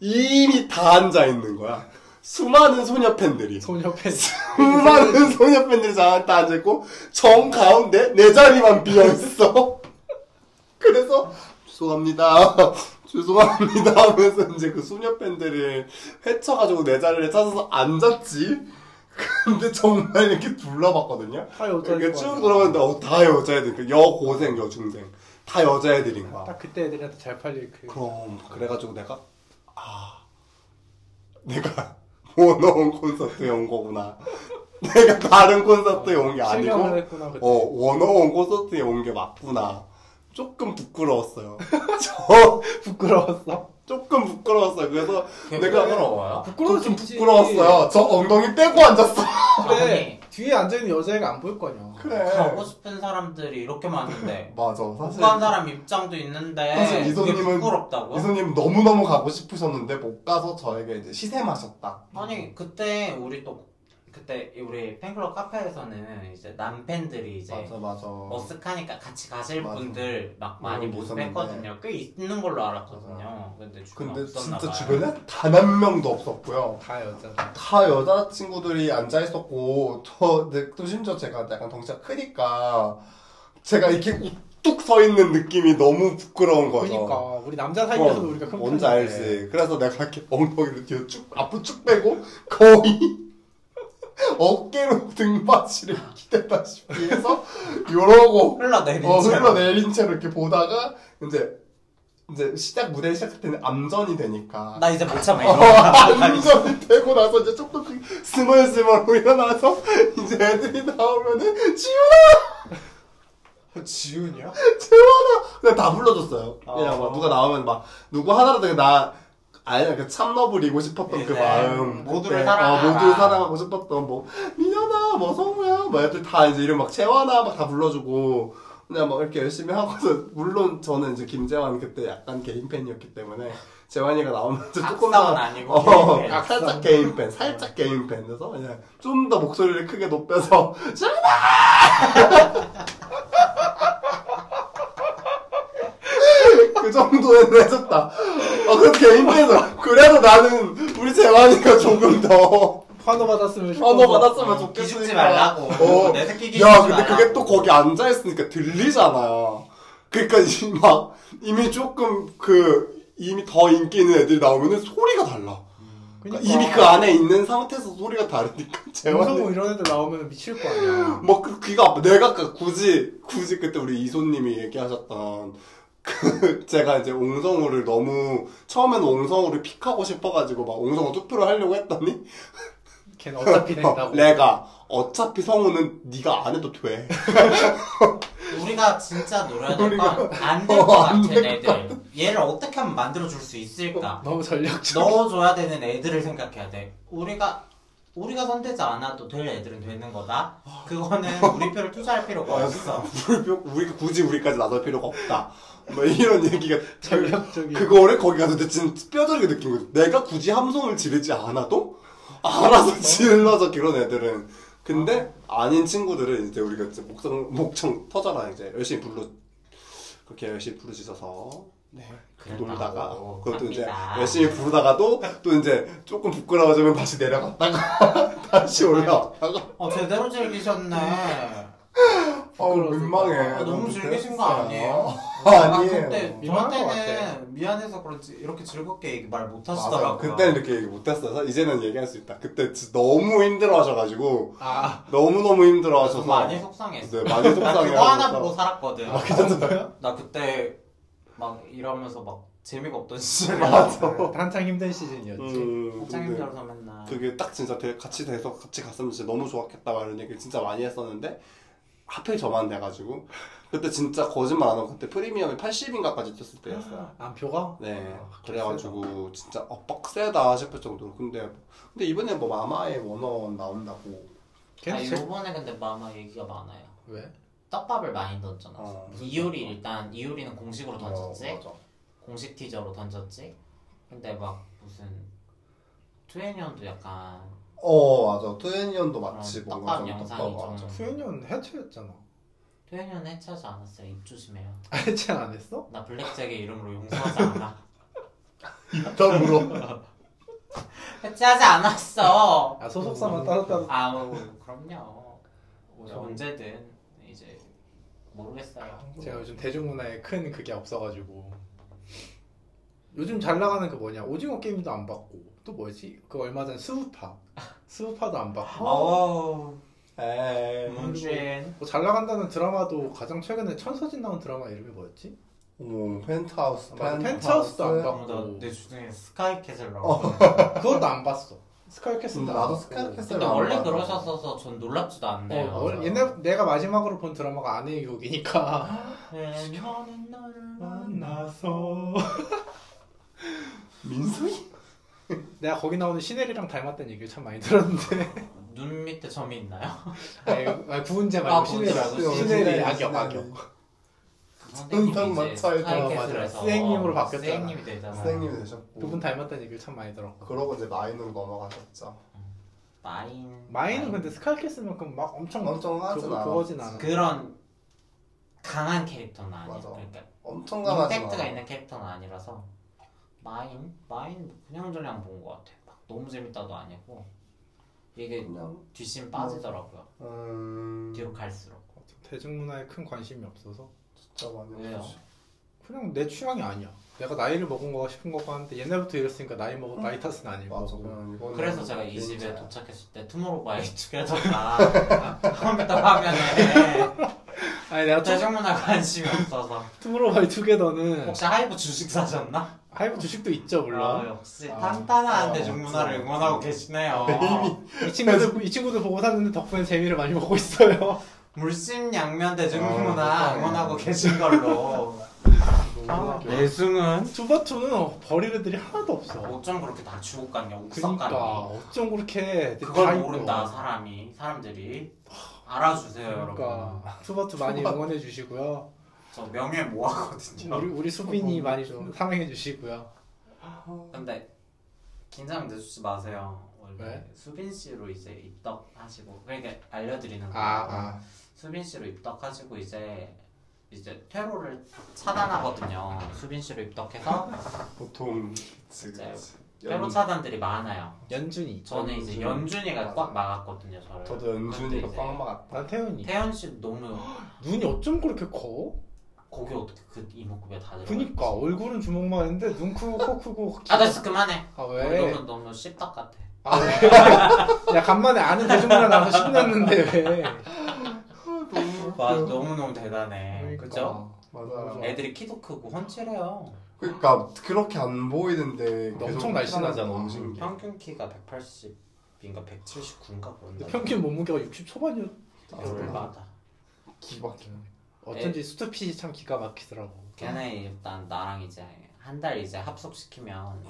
Speaker 2: 이미 다 앉아 있는 거야. 수많은 소녀 팬들이.
Speaker 1: 소녀 팬츠.
Speaker 2: 수많은 소녀 팬들이 다 앉아있고 정 가운데 내 자리만 비어있어 그래서 죄송합니다 죄송합니다 하면서 이제 그 소녀 팬들을 헤쳐가지고 내 자리를 찾아서 앉았지 근데 정말 이렇게 둘러봤거든요
Speaker 1: 다 여자.
Speaker 2: 이렇게 쭉 돌아봤는데 어, 다 여자애들 그 여고생 여중생 다 여자애들인 거야
Speaker 1: 딱 그때 애들한테 잘 팔릴 그.
Speaker 2: 아. 그럼 그래가지고 내가 아 내가 모노온 콘서트에 온 거구나 내가 다른 콘서트에 온 게
Speaker 1: 실감을
Speaker 2: 아니고
Speaker 1: 했구나. 그때.
Speaker 2: 어 원어원 콘서트에 온 게 맞구나 조금 부끄러웠어요 저
Speaker 1: 부끄러웠어.
Speaker 2: 조금 부끄러웠어요 그래서
Speaker 4: 내가
Speaker 2: 내가
Speaker 4: 부러워요.
Speaker 1: 부끄러울 수
Speaker 2: 아, 좀
Speaker 1: 있지.
Speaker 2: 부끄러웠어요 저 엉덩이 빼고 앉았어
Speaker 1: 근데 뒤에 앉아 있는 여자애가 안 보일 거냐.
Speaker 2: 그래
Speaker 3: 아, 가고 싶은 사람들이 이렇게 많은데
Speaker 2: 맞아 사실
Speaker 3: 못간 사람 입장도 있는데
Speaker 2: 사실
Speaker 3: 그게
Speaker 2: 이소님은-
Speaker 3: 부끄럽다고요?
Speaker 2: 이수님 너무너무 가고 싶으셨는데 못 가서 저에게 이제 시세 마셨다
Speaker 3: 아니 그때 우리 또 그때 우리 팬클럽 카페에서는 이제 남팬들이 이제
Speaker 2: 맞아 맞아
Speaker 3: 어색하니까 같이 가실
Speaker 2: 맞아.
Speaker 3: 분들 막
Speaker 2: 그런
Speaker 3: 많이
Speaker 2: 게
Speaker 3: 모집했거든요. 꽤 있는 걸로 알았거든요. 근데 주변
Speaker 2: 근데
Speaker 3: 없었나
Speaker 2: 진짜
Speaker 3: 봐요.
Speaker 2: 주변에 단 한 명도 없었고요.
Speaker 1: 다 여자.
Speaker 2: 다 여자친구들이 앉아있었고, 저, 근데 또 심지어 제가 약간 덩치가 크니까, 제가 이렇게 우뚝 서 있는 느낌이 너무 부끄러운 거죠.
Speaker 1: 그러니까 우리 남자 사이에서도 네. 우리가 큰
Speaker 2: 뭔지
Speaker 1: 편인데.
Speaker 2: 알지. 그래서 내가 이렇게 엉덩이를 뒤로 쭉, 앞으로 쭉 빼고, 거의 어깨로 등받이를 기대다시피 해서, 요러고,
Speaker 3: 흘러내린
Speaker 2: 어,
Speaker 3: 채로.
Speaker 2: 흘러내린 채로 이렇게 보다가, 이제, 이제 시작, 무대 시작할 때는 암전이 되니까,
Speaker 3: 나 이제 못 참아.
Speaker 2: 어,
Speaker 3: 이거.
Speaker 2: 안전이 되고 나서 이제 조금 씩 스멀스멀 일어나서 이제 애들이 나오면은 지훈아!
Speaker 3: 아,
Speaker 4: 지훈이요?
Speaker 2: 재환아! 그냥 다 불러줬어요. 그냥
Speaker 4: 어.
Speaker 2: 막 누가 나오면 막 누구 하나라도 나 아니 그 참너블이고 싶었던 그
Speaker 3: 네.
Speaker 2: 마음
Speaker 3: 모두를
Speaker 2: 그때,
Speaker 3: 사랑하라.
Speaker 2: 어, 모두를 사랑하고 싶었던 뭐 민현아 뭐 성우야 뭐 애들 다 이제 이름 막 재환아 막 다 불러주고 그냥 막 이렇게 열심히 하고서 물론 저는 이제 김재환 그때 약간 개인 팬이었기 때문에 재환이가 나오면 이제 조금
Speaker 3: 악상은
Speaker 2: 더
Speaker 3: 아니고
Speaker 2: 어,
Speaker 3: 개인 팬.
Speaker 2: 아, 살짝 개인 팬, 살짝 개인 팬. 그래서 그냥 좀 더 목소리를 크게 높여서 샤나! 그 정도는 해줬다. 아, 그럼 개인 팬에서 그래도 나는 우리 재환이가 조금 더
Speaker 1: 환호 받았으면 싶어서.
Speaker 2: 환호 아, 받았으면 좋겠으니까.
Speaker 3: 기죽지 말라고.
Speaker 2: 어.
Speaker 3: 내 새끼 기죽지
Speaker 2: 야, 근데
Speaker 3: 말라고.
Speaker 2: 그게 또 거기 앉아있으니까 들리잖아. 그러니까 이미 막 이미 조금 그 이미 더 인기 있는 애들이 나오면은 소리가 달라.
Speaker 1: 그러니까
Speaker 2: 이미 그 안에 있는 상태에서 소리가 다르니까 재환이
Speaker 1: 정성호 이런 애들 나오면 미칠 거 아니야.
Speaker 2: 막 그 귀가 아파. 내가 아까 굳이 굳이 그때 우리 이소님이 얘기하셨던 그 제가 이제 옹성우를 너무 처음에는 옹성우를 픽하고 싶어가지고 막 옹성우 투표를 하려고 했더니
Speaker 1: 걔는 어차피 된다고.
Speaker 2: 내가 어차피 성우는 네가 안 해도 돼.
Speaker 3: 우리가 진짜 노려야 될 건 안 될 것
Speaker 2: 어,
Speaker 3: 같아
Speaker 2: 안될것
Speaker 3: 애들 얘를 어떻게 하면 만들어줄 수 있을까
Speaker 1: 너무 전략적.
Speaker 3: 넣어줘야 되는 애들을 생각해야 돼 우리가 우리가 선택지 않아도 될 애들은 되는 거다
Speaker 2: 아.
Speaker 3: 그거는 우리 표를 투자할 필요가 없어
Speaker 2: 불평- 우리가 굳이 우리까지 나설 필요가 없다. 뭐 이런 얘기가
Speaker 1: 전략적인.
Speaker 2: 그거를 거기 가서 근데 진짜 뼈저리게 느낀 거지. 내가 굳이 함성을 지르지 않아도
Speaker 3: 어.
Speaker 2: 알아서 질러서 그런 애들은. 근데 아닌 친구들은 이제 우리가 이제 목청, 목청 터져라 이제 열심히 불러 그렇게 열심히 부르짖어서 네,
Speaker 3: 그랬다고
Speaker 2: 놀다가 그것도 이제
Speaker 3: 합니다.
Speaker 2: 열심히 부르다가도 또 이제 조금 부끄러워지면 다시 내려갔다가 다시 올라왔다가
Speaker 3: 어 제대로
Speaker 2: 아,
Speaker 3: 즐기셨네
Speaker 2: 어
Speaker 1: 부끄러워서.
Speaker 2: 민망해
Speaker 3: 아, 너무 즐기신 거
Speaker 2: 그랬어요.
Speaker 3: 아니에요?
Speaker 2: 아니에요
Speaker 3: 아, 그때
Speaker 1: 민망할 것
Speaker 3: 저한테는 미안해서 그런지 이렇게 즐겁게 얘기 말
Speaker 2: 맞아요.
Speaker 3: 못하시더라고요
Speaker 2: 그때 이렇게 얘기 못했어서 이제는 얘기할 수 있다. 그때 진짜 너무 힘들어하셔가지고
Speaker 1: 아,
Speaker 2: 너무 너무 힘들어하셔서
Speaker 3: 많이 속상했어
Speaker 2: 네, 많이
Speaker 3: 나
Speaker 2: 속상해.
Speaker 3: 그거 하나 보고 살았거든
Speaker 2: 아, 괜찮았어요?
Speaker 3: 나 그때 막 이러면서 막 재미가 없던 시절이라
Speaker 2: 맞아.
Speaker 1: 한창 힘든 시즌이었지.
Speaker 2: 음,
Speaker 3: 한창
Speaker 2: 근데
Speaker 3: 힘들어서 맨날
Speaker 2: 그게 딱 진짜 대- 같이 돼서 같이 갔으면 진짜 너무 좋았겠다 막 이런 얘기를 진짜 많이 했었는데 하필 저만 돼가지고 그때 진짜 거짓말 안 하고 그때 프리미엄이 80인가까지 떴을 때였어요.
Speaker 1: 안표가?
Speaker 2: 네
Speaker 1: 아,
Speaker 2: 그래가지고 진짜 어 빡세다 싶을 정도로 근데 근데 이번에 뭐 마마의 원어원 나온다고
Speaker 3: 아
Speaker 1: 걔는 제...
Speaker 3: 요번에 근데 마마 얘기가 많아요
Speaker 1: 왜?
Speaker 3: 떡밥을 많이 던졌잖아
Speaker 2: 어, 무슨
Speaker 3: 이효리 일단 이효리는 공식으로 던졌지
Speaker 2: 어, 맞아.
Speaker 3: 공식 티저로 던졌지 근데 막 무슨 트웨니언도 약간
Speaker 2: 어 맞아 트웬년도 마치
Speaker 3: 어,
Speaker 2: 뭔가
Speaker 3: 떡밥
Speaker 2: 좀
Speaker 3: 영상이
Speaker 2: 떡밥 맞아
Speaker 3: 좀-
Speaker 1: 수현이는 해체였잖아. 아,
Speaker 3: 트웨니언 해체하지 않았어요 입 조심해요
Speaker 1: 해체 안 했어?
Speaker 3: 나 블랙잭의 이름으로 용서하지 않아
Speaker 2: 입담으로
Speaker 3: 해체하지 않았어
Speaker 1: 아,
Speaker 2: 음.
Speaker 1: 소속사만 따로 따로.
Speaker 3: 아우 그럼요 뭐
Speaker 1: 그럼.
Speaker 3: 언제든 이제 모르겠어요
Speaker 1: 제가 요즘 대중문화에 큰 그게 없어가지고. 요즘 잘 나가는 그 뭐냐 오징어 게임도 안 받고 또 뭐지 그 얼마 전 스우파 스우파도 안 받고
Speaker 2: 아.
Speaker 3: 어우
Speaker 2: 에이
Speaker 3: 문신
Speaker 1: 뭐잘 나간다는 드라마도 가장 최근에 천서진 나온 드라마 이름이 뭐였지?
Speaker 2: 어머 뭐 펜트하우스
Speaker 1: 맞아, 펜트하우스도 안 봐.
Speaker 3: 나내 주중에
Speaker 1: 어.
Speaker 3: 스카이캐슬 나왔
Speaker 1: 그것도 안 봤어. 스카이캐슬도 안
Speaker 2: 음, 나도
Speaker 1: 봤고.
Speaker 2: 스카이캐슬
Speaker 3: 근데
Speaker 2: 안
Speaker 3: 원래
Speaker 2: 봐서.
Speaker 3: 그러셨어서 전 놀랍지도 않네요.
Speaker 1: 어, 원래 옛날 내가 마지막으로 본 드라마가 아내의 유혹이니까.
Speaker 3: 그녀는 나를
Speaker 1: 만나서
Speaker 2: 민소희?
Speaker 1: 내가 거기 나오는 시넬이랑 닮았다는 얘기를 참 많이 들었는데.
Speaker 3: 눈 밑에 점이 있나요?
Speaker 1: 아니, 아니 구은재
Speaker 3: 아,
Speaker 1: 말고
Speaker 2: 어,
Speaker 3: 구은재
Speaker 1: 시넬
Speaker 3: 말고
Speaker 1: 말고
Speaker 2: 시넬이,
Speaker 1: 시넬이 악역
Speaker 2: 시넬이.
Speaker 1: 악역.
Speaker 2: 은상 마차에서
Speaker 1: 맞아. 스행님으로 바뀌었잖아.
Speaker 3: 스행님이 어,
Speaker 2: 네,
Speaker 3: 되잖아.
Speaker 2: 선생님이 되셨고
Speaker 1: 그분 닮았다는 얘기를 참 많이 들었고.
Speaker 2: 그러고 이제 마인으로 넘어가셨죠
Speaker 3: 마인.
Speaker 1: 마인은 근데 스카이캐슬만큼 막 엄청
Speaker 2: 아. 엄청 하진
Speaker 1: 그거-
Speaker 2: 않아
Speaker 1: 그거진 않아.
Speaker 3: 그런 강한 캐릭터는 아니야.
Speaker 2: 맞아.
Speaker 3: 그러니까
Speaker 2: 엄청 강하지
Speaker 3: 임팩트가 있는 캐릭터는 아니라서 마인 마인 그냥 저냥 본 것 같아. 막 너무 재밌다도 아니고 이게
Speaker 2: 그냥
Speaker 3: 뒷심 빠지더라고요.
Speaker 2: 음
Speaker 3: 뒤로 갈수록.
Speaker 1: 대중문화에 큰 관심이 없어서
Speaker 2: 진짜 많이
Speaker 3: 왜요?
Speaker 2: 보셨죠.
Speaker 1: 그냥 내 취향이 아니야. 내가 나이를 먹은 거가 싶은 거고 하는데 옛날부터 이랬으니까 나이 먹어 나이 탓은 아닐
Speaker 2: 맞아
Speaker 1: 거고.
Speaker 2: 그냥 이거는
Speaker 3: 그래서 제가 이
Speaker 2: 개인차야.
Speaker 3: 집에 도착했을 때 투모로우바이투게더가 컴퓨터 화면에
Speaker 1: 아니 내가 투-
Speaker 3: 대중문화 관심이 없어서
Speaker 1: 투모로우바이 투게더는
Speaker 3: 혹시 하이브 주식 사셨나?
Speaker 1: 하이브 주식도 있죠
Speaker 3: 아,
Speaker 1: 물론.
Speaker 3: 역시
Speaker 2: 아,
Speaker 3: 탄탄한
Speaker 1: 어,
Speaker 2: 아,
Speaker 3: 대중문화를
Speaker 2: 맞죠.
Speaker 3: 응원하고 계시네요
Speaker 1: 이 친구들 이 친구들 보고 샀는데 덕분에 재미를 많이 보고 있어요.
Speaker 3: 물심양면
Speaker 1: 어,
Speaker 2: 아,
Speaker 3: 대중문화
Speaker 2: 세상에.
Speaker 3: 응원하고 계신 걸로
Speaker 1: 아,
Speaker 2: 너무 웃겨.
Speaker 3: 네, 내숭은?
Speaker 1: 투바투는 버릴 애들이 하나도 없어.
Speaker 3: 어쩜 그렇게 다 주고 갔냐 옥석
Speaker 1: 그러니까
Speaker 3: 갔니
Speaker 1: 어쩜 그렇게 애들이 다
Speaker 3: 그걸
Speaker 1: 있노.
Speaker 3: 모른다 사람이 사람들이 알아주세요 여러분
Speaker 1: 그러니까 투바투 많이 응원해 주시고요.
Speaker 3: 저 명예 모아거든요
Speaker 1: 우리 우리 수빈이
Speaker 2: 너무
Speaker 1: 많이
Speaker 2: 웃겨.
Speaker 1: 사랑해 주시고요.
Speaker 3: 근데 긴장 내주지 마세요. 원래
Speaker 1: 왜?
Speaker 3: 수빈 씨로 이제 입덕하시고 그러니까 알려드리는 거예요.
Speaker 1: 아,
Speaker 3: 수빈 씨로 입덕하시고 이제 이제 퇴로를 차단하거든요. 수빈 씨로 입덕해서
Speaker 2: 보통 그치,
Speaker 3: 진짜요?
Speaker 2: 그치.
Speaker 3: 퇴로 차단들이 많아요.
Speaker 1: 연준이.
Speaker 3: 저는 이제 연준이가
Speaker 2: 맞아.
Speaker 3: 꽉 막았거든요. 저를.
Speaker 2: 저도
Speaker 3: 근데
Speaker 2: 연준이가
Speaker 3: 이제
Speaker 2: 꽉 막았다
Speaker 1: 난 태훈이.
Speaker 3: 태연 씨 너무
Speaker 1: 눈이 어쩜 그렇게 커?
Speaker 3: 거기 어떻게 그 이목구비에 다 들어가
Speaker 1: 그니까 얼굴은 주먹만 했는데 눈 크고 코 크고
Speaker 3: 아 됐어 그만해
Speaker 1: 아
Speaker 3: 너무
Speaker 1: 왜?
Speaker 3: 너무 씹덕 같아
Speaker 1: 아 왜? 야 간만에 아는 대중문화 나와서 신났는데 왜?
Speaker 3: 와 너무너무 대단해
Speaker 1: 그러니까.
Speaker 3: 그죠?
Speaker 2: 어, 맞아.
Speaker 1: 맞아.
Speaker 3: 애들이 키도 크고 헌칠해요
Speaker 2: 그러니까 그렇게 안 보이는데
Speaker 1: 근데
Speaker 2: 계속
Speaker 1: 엄청 날씬하잖아.
Speaker 2: 너무 신기해.
Speaker 3: 평균 키가 180인가 179인가
Speaker 1: 근데
Speaker 3: 그런다
Speaker 1: 평균 몸무게가 60 초반이었.
Speaker 3: 열받아
Speaker 2: 기막혀.
Speaker 1: 어쩐지 수트핏이 참 기가 막히더라고.
Speaker 3: 네. 걔네 일단 나랑 이제 한 달 이제 합숙시키면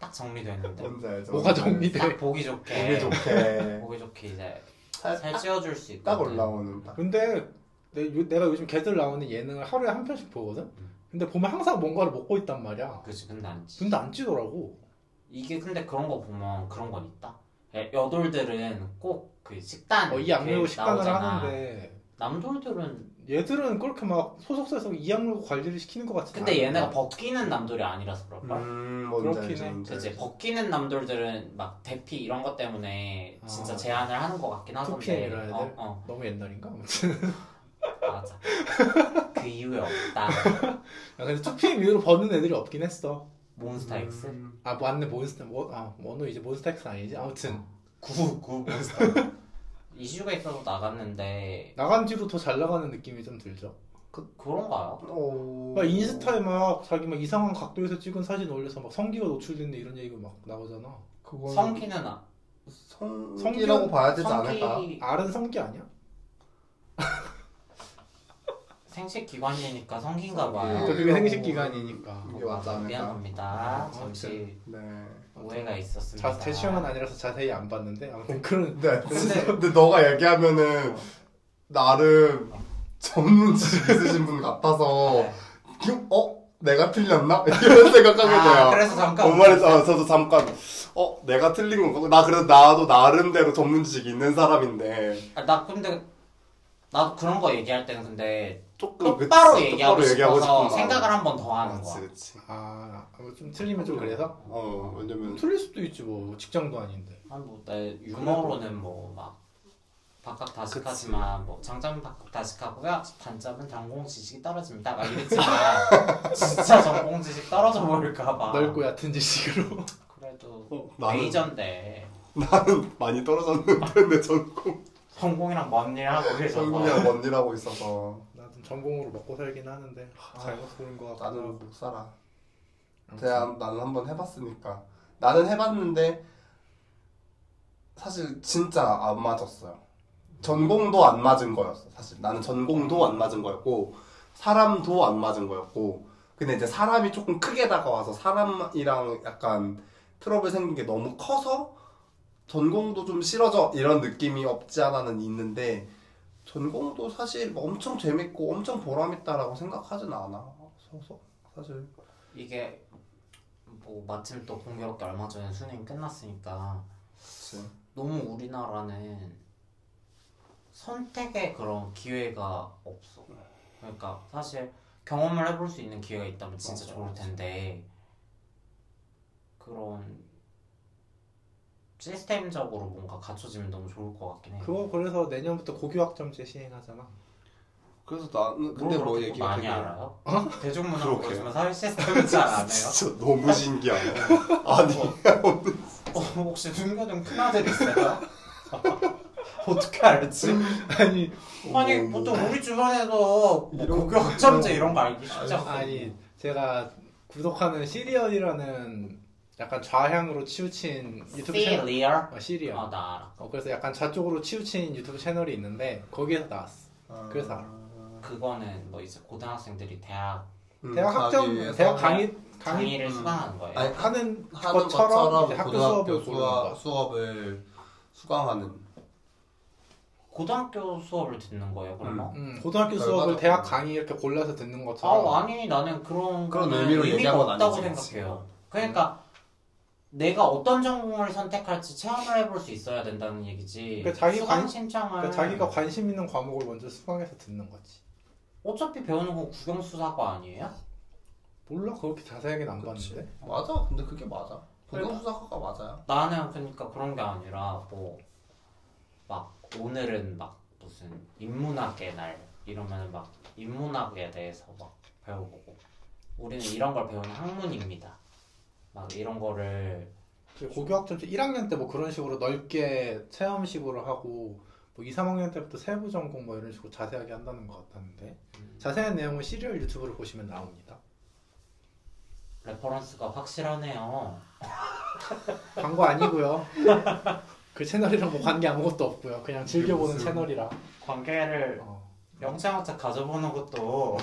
Speaker 3: 딱 정리되는데
Speaker 2: 뭔지 알죠?
Speaker 1: 뭐가 정리돼?
Speaker 3: 딱 보기 좋게
Speaker 2: 보기 좋게
Speaker 3: 보기 좋게 이제
Speaker 2: 살-
Speaker 3: 네. 살 찌워줄 수 있거든
Speaker 2: 딱 올라오는 딱.
Speaker 1: 근데 내, 요- 내가 요즘 걔들 나오는 예능을 하루에 한 편씩 보거든.
Speaker 3: 음.
Speaker 1: 근데 보면 항상 뭔가를 먹고 있단 말이야.
Speaker 3: 그치 근데 안 찌.
Speaker 1: 근데 안 찌더라고.
Speaker 3: 이게 근데 그런 거 보면 그런 건 있다. 예, 여돌들은 꼭 그 식단
Speaker 1: 어, 이 악물고
Speaker 3: 이렇게
Speaker 1: 식단을
Speaker 3: 나오잖아.
Speaker 1: 하는데
Speaker 3: 남돌들은
Speaker 1: 얘들은 그렇게 막 소속사에서 이 악물고 관리를 시키는 것 같지.
Speaker 3: 근데 얘네가 벗기는 남돌이 아니라서 그럴까?
Speaker 2: 음, 뭔지
Speaker 1: 그렇긴
Speaker 2: 알죠,
Speaker 1: 해.
Speaker 2: 뭔지
Speaker 3: 그치
Speaker 2: 알죠.
Speaker 3: 벗기는 남돌들은 막 대피 이런 것 때문에 진짜
Speaker 1: 아.
Speaker 3: 제한을 하는 것 같긴 하던데.
Speaker 1: 2PM 이라 해야
Speaker 3: 어,
Speaker 1: 돼?
Speaker 3: 어
Speaker 1: 너무 옛날인가? 아무튼.
Speaker 3: 맞아. 그 이후에 없다.
Speaker 1: 야, 아, 근데 2PM 이후로 버는 애들이 없긴 했어.
Speaker 3: 몬스타엑스.
Speaker 2: 음,
Speaker 1: 아 맞네 몬스타 뭐, 아 원우 이제 몬스타엑스 아니지? 아무튼
Speaker 3: 구구 몬스타엑스. 이슈가 있어서 나갔는데
Speaker 1: 나간 뒤로 더 잘 나가는 느낌이 좀 들죠.
Speaker 3: 그런가요?
Speaker 2: 오.
Speaker 1: 막 아, 인스타에 막 자기 막 이상한 각도에서 찍은 사진 올려서 막 성기가 노출됐네 이런 얘기가 막 나오잖아.
Speaker 2: 그건
Speaker 3: 성기는 아,
Speaker 2: 성 성기라고
Speaker 1: 성기라고
Speaker 2: 봐야 되지 않을까?
Speaker 3: 성기
Speaker 1: 알은 성기 아니야?
Speaker 3: 생식 기관이니까 성기인가
Speaker 1: 또
Speaker 3: 봐요. 어,
Speaker 2: 성기.
Speaker 1: 그게 생식 기간이니까.
Speaker 2: 이게 맞지 않을까? 어,
Speaker 3: 미안합니다.
Speaker 1: 아,
Speaker 3: 잠시
Speaker 2: 네.
Speaker 3: 오해가 있었습니다.
Speaker 1: 자, 제 시험은 아니라서 자세히 안 봤는데 아무튼 그런
Speaker 2: 근데,
Speaker 3: 근데-
Speaker 2: 네. 근데 너가 얘기하면은 나름 전문 지식 있으신 분 같아서
Speaker 3: 네.
Speaker 2: 기- 어? 내가 틀렸나? 이런 생각하게 돼요.
Speaker 3: 아, 그래서 잠깐
Speaker 2: 엄마는 아, 저도 잠깐 어 내가 틀린 건가? 나 그래도 나도 나름대로 전문 지식 있는 사람인데
Speaker 3: 아, 나 근데 나도 그런 거 얘기할 때는 근데
Speaker 2: 조금 그치,
Speaker 3: 똑바로 얘기하고
Speaker 2: 똑바로 얘기하고
Speaker 3: 싶어서
Speaker 2: 싶은 마음.
Speaker 3: 생각을 한 번 더 하는
Speaker 2: 그치
Speaker 3: 거야.
Speaker 2: 그치.
Speaker 1: 아좀 틀리면 좀 그래서
Speaker 2: 어 왜냐면
Speaker 1: 틀릴 수도 있지 뭐 직장도 아닌데.
Speaker 3: 한뭐내 네, 유머로는 뭐 막 바깥 다식하지만 뭐 장점은 바깥 다식하고요 단점은 전공 지식이 떨어집니다. 막 이랬지만 진짜 전공 지식 떨어져 버릴까봐.
Speaker 1: 넓고 얕은 지식으로.
Speaker 3: 그래도
Speaker 2: 어, 나는-
Speaker 3: 메이저인데
Speaker 2: 나는 많이 떨어졌는데 내
Speaker 3: 아.
Speaker 2: 전공
Speaker 3: 전공이랑 먼 일 하고 계셔서.
Speaker 2: 전공이랑 먼 일하고 있어서
Speaker 1: 나좀 전공으로 먹고 살긴 하는데 아, 잘못 보는 것 같고.
Speaker 2: 어, 나는 못 살아.
Speaker 1: 아무튼.
Speaker 2: 대한 나는 한번 해봤으니까 나는 해봤는데 사실 진짜 안 맞았어요. 전공도 안 맞은 거였어. 사실 나는 전공도 안 맞은 거였고 사람도 안 맞은 거였고 근데 이제 사람이 조금 크게 다가와서 사람이랑 약간 트러블 생긴 게 너무 커서 전공도 좀 싫어져 이런 느낌이 없지 않아는 있는데 전공도 사실 엄청 재밌고 엄청 보람있다라고 생각하진 않아. 서서 사실
Speaker 3: 이게 뭐 마침 또 공교롭게 얼마 전에 수능 끝났으니까
Speaker 2: 그치.
Speaker 3: 너무 우리나라는 선택의 그런 기회가 없어.
Speaker 2: 네.
Speaker 3: 그러니까 사실 경험을 해볼 수 있는 기회가 있다면 진짜
Speaker 2: 맞아,
Speaker 3: 좋을
Speaker 2: 맞아.
Speaker 3: 텐데 그런 시스템적으로 뭔가 갖춰지면 너무 좋을 것 같긴 해요.
Speaker 1: 그거 그래서 내년부터 고교 학점제 시행하잖아.
Speaker 2: 그래서 나는
Speaker 3: 근데
Speaker 2: 근데 뭐
Speaker 3: 그렇게
Speaker 2: 얘기
Speaker 3: 많이 알아요? 대중문화
Speaker 2: 그렇게.
Speaker 3: 그렇지만 사회 시스템은 잘안 해요.
Speaker 2: 진짜 너무 신기하네. 아니
Speaker 3: 어, 혹시 중고등 큰아들 있어요? 어떻게 알지?
Speaker 1: 어. 아니
Speaker 3: 아니
Speaker 2: 뭐,
Speaker 3: 보통 우리 주변에도 뭐 고교학점제 이런 거 알기 쉽지 않아
Speaker 1: 아니 제가 구독하는 시리언이라는 약간 좌향으로 치우친 유튜브 채널
Speaker 3: 리얼?
Speaker 1: 어, 시리언
Speaker 3: 아, 나 알아
Speaker 1: 어, 그래서 약간 좌쪽으로 치우친 유튜브 채널이 있는데 거기에서 나왔어 그래서 알아.
Speaker 3: 그거는 뭐 이제 고등학생들이 대학
Speaker 2: 음,
Speaker 1: 대학
Speaker 2: 자기
Speaker 1: 학점
Speaker 2: 위해서
Speaker 1: 대학 강의 강의
Speaker 3: 강의를
Speaker 2: 음.
Speaker 3: 수강하는 거예요
Speaker 2: 아니,
Speaker 1: 하는 것처럼
Speaker 2: 하는 것처럼
Speaker 1: 이제 학교
Speaker 2: 고등학교
Speaker 1: 수업을
Speaker 2: 수업,
Speaker 1: 보는 거
Speaker 2: 수업을 수강하는
Speaker 3: 고등학교 수업을 듣는 거예요 그러면?
Speaker 1: 음, 고등학교 수업을
Speaker 2: 결과적으로.
Speaker 1: 대학 강의 이렇게 골라서 듣는 것처럼
Speaker 3: 아 아니 나는 그런
Speaker 2: 그런
Speaker 3: 거는
Speaker 2: 의미로
Speaker 3: 의미가
Speaker 2: 얘기한 건
Speaker 3: 없다고
Speaker 2: 아니지. 음.
Speaker 3: 생각해요 그러니까 내가 어떤 전공을 선택할지 체험을 해볼 수 있어야 된다는 얘기지
Speaker 1: 그러니까 자기
Speaker 3: 수강
Speaker 1: 관-
Speaker 3: 신청을
Speaker 1: 그러니까 자기가 관심 있는 과목을 먼저 수강해서 듣는 거지
Speaker 3: 어차피 배우는 건 국영수사과 아니에요?
Speaker 1: 몰라 그렇게 자세하게는 안
Speaker 2: 그치.
Speaker 1: 봤는데
Speaker 2: 맞아. 근데 그게 맞아.
Speaker 3: 그래.
Speaker 1: 그러니까.
Speaker 2: 고등수사과가 맞아요.
Speaker 3: 나는 그러니까 그런 게 아니라 뭐 막 오늘은 막 무슨 인문학의 날 이러면은 막 인문학에 대해서 막 배워보고 우리는 이런 걸 배우는 학문입니다. 막 이런 거를
Speaker 1: 고교학점 1학년 때 뭐 그런 식으로 넓게 체험식으로 하고 뭐 2, 3학년 때부터 세부 전공 뭐 이런 식으로 자세하게 한다는 것 같았는데 자세한 내용은 시리얼 유튜브를 보시면 나옵니다.
Speaker 3: 레퍼런스가 확실하네요.
Speaker 1: 광고 아니고요. 그 채널이랑 뭐 관계 아무것도 없고요. 그냥 즐겨보는
Speaker 2: 무슨-
Speaker 1: 채널이라.
Speaker 3: 관계를
Speaker 1: 어.
Speaker 3: 영창영창 가져보는 것도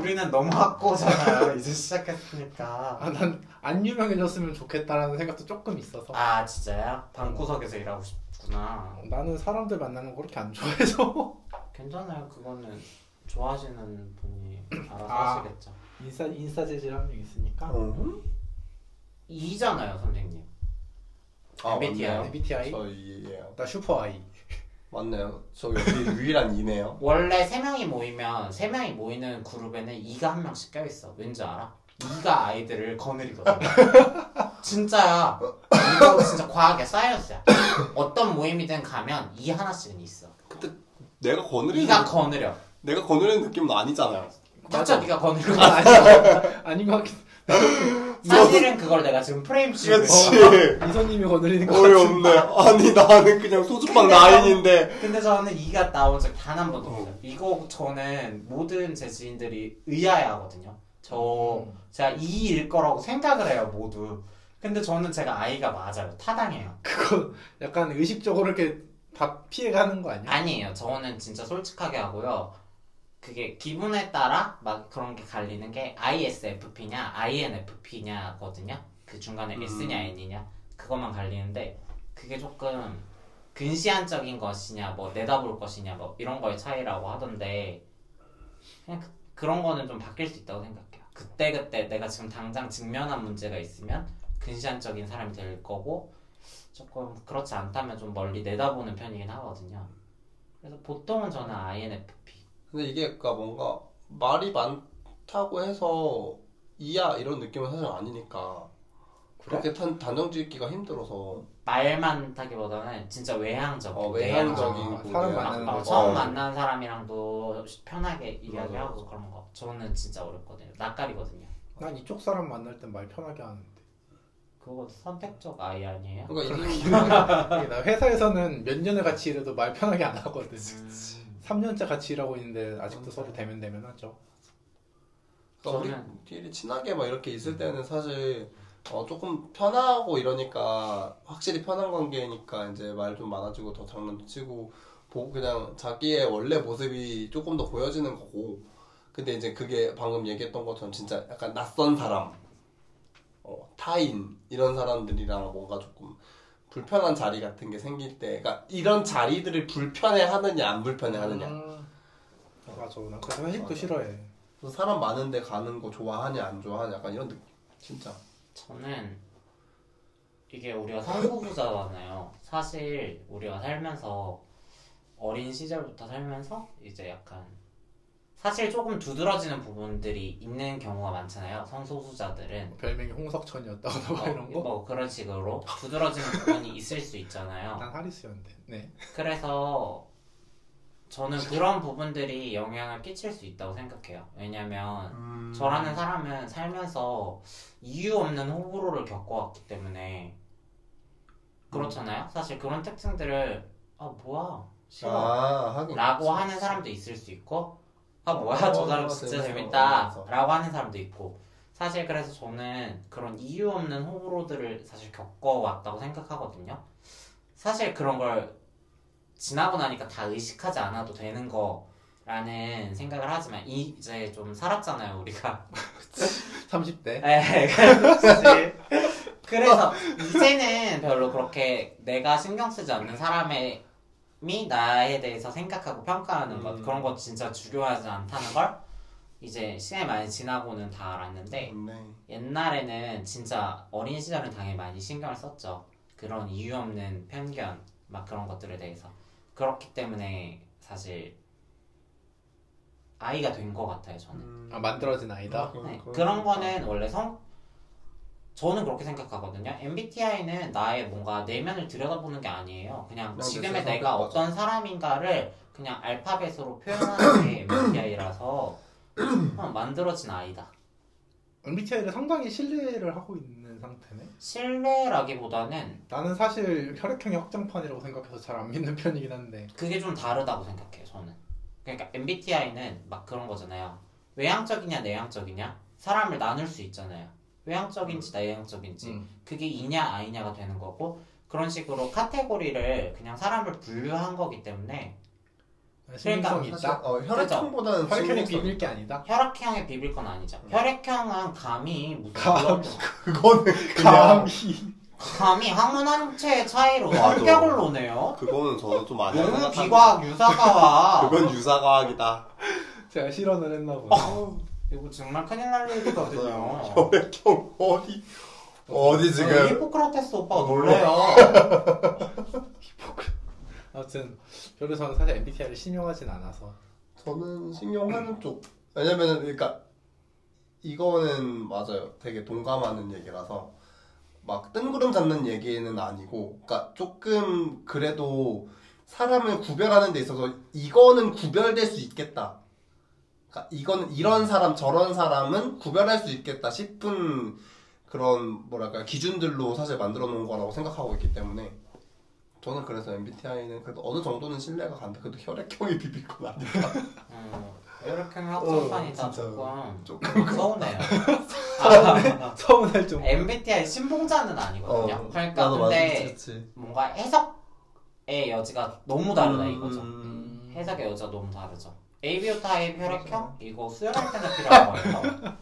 Speaker 3: 우리는 너무 학고잖아요. 이제 시작했으니까.
Speaker 1: 아, 난 안 유명해졌으면 좋겠다라는 생각도 조금 있어서.
Speaker 3: 아 진짜요? 방구석에서 일하고 싶구나.
Speaker 1: 어, 나는 사람들 만나는 거 그렇게 안 좋아해서
Speaker 3: 괜찮아요. 그거는 좋아하시는 분이 알아서
Speaker 1: 아.
Speaker 3: 하시겠죠.
Speaker 1: 인싸 인싸 재질 한 명 있으니까.
Speaker 2: 어?
Speaker 3: 이잖아요, 선생님.
Speaker 2: 아
Speaker 3: MBTI.
Speaker 2: 맞네요.
Speaker 1: MBTI.
Speaker 2: 저 이예요.
Speaker 1: 나 슈퍼 아이.
Speaker 2: 맞네요. 저 여기 유일한 이네요.
Speaker 3: 원래 세 명이 모이면 세 명이 모이는 그룹에는 이가 한 명씩 껴 있어. 왠지 알아? 이가 아이들을 거느리거든. 진짜야. 이거 진짜 과하게 쌓였어요. 어떤 모임이든 가면 이 하나씩은 있어.
Speaker 2: 내가 거느리는
Speaker 3: 이가 거느려.
Speaker 2: 내가 거느리는 느낌은 아니잖아요.
Speaker 3: 맞아, 네가 거느리고.
Speaker 1: 그건 아니야. 아닌 것 같긴.
Speaker 3: 사실은 뭐. 그걸 내가 지금 프레임 씌우고 있어.
Speaker 1: 이선님이 거느리는 거.
Speaker 2: 어이없네. 그러니까. 아니 나는 그냥 소주빵 라인인데.
Speaker 3: 근데 저는 이가 나온 적 단 한 번도 없어요. 이거 저는 모든 제 지인들이 의아해하거든요. 저
Speaker 2: 음.
Speaker 3: 제가 이일 거라고 생각을 해요 모두. 근데 저는 제가 아이가 맞아요. 타당해요.
Speaker 1: 그거 약간 의식적으로 이렇게 다 피해가는 거
Speaker 2: 네.
Speaker 1: 아니야?
Speaker 3: 아니에요. 저는 진짜 솔직하게 하고요. 그게 기분에 따라 막 그런 게 갈리는 게 ISFP냐 INFP냐거든요. 그 중간에
Speaker 2: 음.
Speaker 3: S냐 N이냐 그것만 갈리는데 그게 조금 근시안적인 것이냐 뭐 내다볼 것이냐 뭐 이런 거의 차이라고 하던데 그냥 그, 그런 거는 좀 바뀔 수 있다고 생각해요. 그때 그때 내가 지금 당장 직면한 문제가 있으면 근시안적인 사람이 될 거고 조금 그렇지 않다면 좀 멀리 내다보는 편이긴 하거든요. 그래서 보통은 저는 INFP.
Speaker 2: 근데 이게 그니까 뭔가 말이 많다고 해서 이야 이런 느낌은 사실 아니니까
Speaker 1: 그래?
Speaker 2: 그렇게 단, 단정짓기가 힘들어서
Speaker 3: 말만 타기보다는 진짜 외향적.
Speaker 2: 어,
Speaker 1: 아,
Speaker 2: 외향적인 분들.
Speaker 1: 사람
Speaker 3: 막,
Speaker 1: 만나는
Speaker 3: 막
Speaker 1: 거지.
Speaker 3: 처음
Speaker 2: 어.
Speaker 3: 만난 사람이랑도 편하게
Speaker 2: 맞아,
Speaker 3: 이야기하고 그런 거. 저는 진짜 어렵거든요. 낯가리거든요.
Speaker 1: 난 이쪽 사람 만날 땐 말 편하게 하는데.
Speaker 3: 그거 선택적 아이 아니에요?
Speaker 2: 그러니까 이게
Speaker 1: 이게 나 회사에서는 몇 년을 같이 일해도 말 편하게 안 하거든.
Speaker 2: 음.
Speaker 1: 3년째 같이 일하고 있는데 아직도 서로 대면 대면 하죠.
Speaker 2: 그러니까 우리끼리 친하게 막 이렇게 있을 때는 사실 어, 조금 편하고 이러니까 확실히 편한 관계니까 이제 말 좀 많아지고 더 장난도 치고 보고 그냥 자기의 원래 모습이 조금 더 보여지는 거고 근데 이제 그게 방금 얘기했던 것처럼 진짜 약간 낯선 사람 어, 타인 이런 사람들이랑 뭔가 조금 불편한 자리 같은 게 생길 때 그러니까 이런 자리들을 불편해 하느냐 안 불편해 하느냐
Speaker 1: 음. 맞아. 난 그래서 회식도
Speaker 2: 맞아.
Speaker 1: 싫어해.
Speaker 2: 그래서 사람 많은데 가는 거 좋아하냐 안 좋아하냐 약간 이런 느낌 진짜
Speaker 3: 저는 이게 우리가 성부부자잖아요. 사실 우리가 살면서 어린 시절부터 살면서 이제 약간 사실 조금 두드러지는 부분들이 있는 경우가 많잖아요. 성소수자들은
Speaker 1: 별명이 홍석천이었다거나 막 이런 거.
Speaker 3: 뭐 그런 식으로 두드러지는 부분이 있을 수 있잖아요.
Speaker 1: 난 하리스였는데. 네.
Speaker 3: 그래서 저는 그런 부분들이 영향을 끼칠 수 있다고 생각해요. 왜냐면
Speaker 1: 음.
Speaker 2: 음.
Speaker 3: 저라는 사람은 살면서 이유 없는 호불호를 겪어왔기 때문에
Speaker 1: 음.
Speaker 3: 그렇잖아요. 사실 그런 특징들을 아 뭐야 싫어라고
Speaker 2: 아, 하긴.
Speaker 3: 하는 사람도 있을 수 있고 아 뭐야
Speaker 2: 어,
Speaker 3: 저 사람 진짜
Speaker 2: 재밌어. 재밌어.
Speaker 3: 재밌다라고 하는 사람도 있고 사실 그래서 저는 그런 이유 없는 호불호들을 사실 겪어왔다고 생각하거든요. 사실 그런 걸 지나고 나니까 다 의식하지 않아도 되는 거라는 생각을 하지만 이- 이제 좀 살았잖아요 우리가
Speaker 1: 30대.
Speaker 3: 에, 예, 그렇지. 그래서 이제는 별로 그렇게 내가 신경 쓰지 않는 사람이 나에 대해서 생각하고 평가하는 것
Speaker 2: 음.
Speaker 3: 그런 것 진짜 중요하지 않다는 걸 이제 시간이 많이 지나고는 다 알았는데
Speaker 2: 네.
Speaker 3: 옛날에는 진짜 어린 시절은 당연히 많이 신경을 썼죠 그런 이유 없는 편견 막 그런 것들에 대해서 그렇기 때문에 사실 아이가 된 것 같아요 저는
Speaker 1: 아, 만들어진 아이다.
Speaker 3: 네, 그런 거는 원래 성 저는 그렇게 생각하거든요. MBTI는 나의 뭔가 내면을 들여다보는 게 아니에요. 그냥
Speaker 2: 네,
Speaker 3: 지금의
Speaker 2: 네,
Speaker 3: 내가
Speaker 2: 맞아.
Speaker 3: 어떤 사람인가를 그냥 알파벳으로 표현하는 게 MBTI라서 만들어진 아이다.
Speaker 1: MBTI를 상당히 신뢰를 하고 있는 상태네.
Speaker 3: 신뢰라기보다는
Speaker 1: 나는 사실 혈액형이 확장판이라고 생각해서 잘 안 믿는 편이긴 한데
Speaker 3: 그게 좀 다르다고 생각해요, 저는. 그러니까 MBTI는 막 그런 거잖아요. 외향적이냐, 내향적이냐? 사람을 나눌 수 있잖아요. 외향적인지 내향적인지.
Speaker 1: 음,
Speaker 3: 그게 이냐 아니냐가 되는 거고 그런 식으로 카테고리를 그냥 사람을 분류한 거기 때문에
Speaker 1: 신빙성이
Speaker 2: 사실
Speaker 1: 있다.
Speaker 2: 어, 혈액형보다는
Speaker 1: 혈액형이
Speaker 2: 신빙성이
Speaker 1: 비빌 게 아니다.
Speaker 3: 혈액형에 비빌 건 아니죠.
Speaker 2: 음.
Speaker 3: 혈액형은 감히 무슨
Speaker 1: 감히.
Speaker 3: 그런-
Speaker 1: 그거는
Speaker 2: 그냥-
Speaker 1: 감히
Speaker 3: 감히 항문 항체의 차이로
Speaker 2: 맞아.
Speaker 3: 성격을 노네요.
Speaker 2: 그거는 저는 좀 아니야.
Speaker 3: 너무 비과학 유사가와
Speaker 2: 그건 유사과학이다.
Speaker 1: 제가 실언을 했나
Speaker 2: 어.
Speaker 1: 보네.
Speaker 3: 이거 정말 큰일 날 일이거든요.
Speaker 2: 혈액형 어디 어디
Speaker 3: 어,
Speaker 2: 지금 뭐,
Speaker 3: 히포크라테스 오빠가
Speaker 2: 몰라.
Speaker 3: 놀래요.
Speaker 1: 아무튼 별로 저는 사실 MBTI를 신용하진 않아서
Speaker 2: 저는 신경하는 쪽. 왜냐면은 그러니까 이거는 맞아요. 되게 동감하는 얘기라서 막 뜬구름 잡는 얘기는 아니고, 그러니까 조금 그래도 사람을 구별하는 데 있어서 이거는 구별될 수 있겠다. 그러니까 이거는 이런 사람 저런 사람은 구별할 수 있겠다 싶은 그런 뭐랄까 기준들로 사실 만들어 놓은 거라고 생각하고 있기 때문에 저는 그래서 MBTI는 그래도 어느 정도는 신뢰가 간다. 그래도 혈액형이 비빌 건 아니야.
Speaker 3: 음, 혈액형 합성판이다
Speaker 2: 어, 진짜.
Speaker 3: 조금
Speaker 2: 조금
Speaker 3: 서운해요.
Speaker 1: 어. 서운할 정도.
Speaker 3: MBTI 신봉자는 아니거든요. 그러니까
Speaker 2: 어, 나도
Speaker 3: 근데
Speaker 2: 맞아, 그치, 그치.
Speaker 3: 뭔가 해석의 여지가 너무 다르다 이거죠.
Speaker 2: 음,
Speaker 3: 해석의 여지가 너무 다르죠. ABO 타입 혈액형 이거 수혈할 때나 필요한 거예요.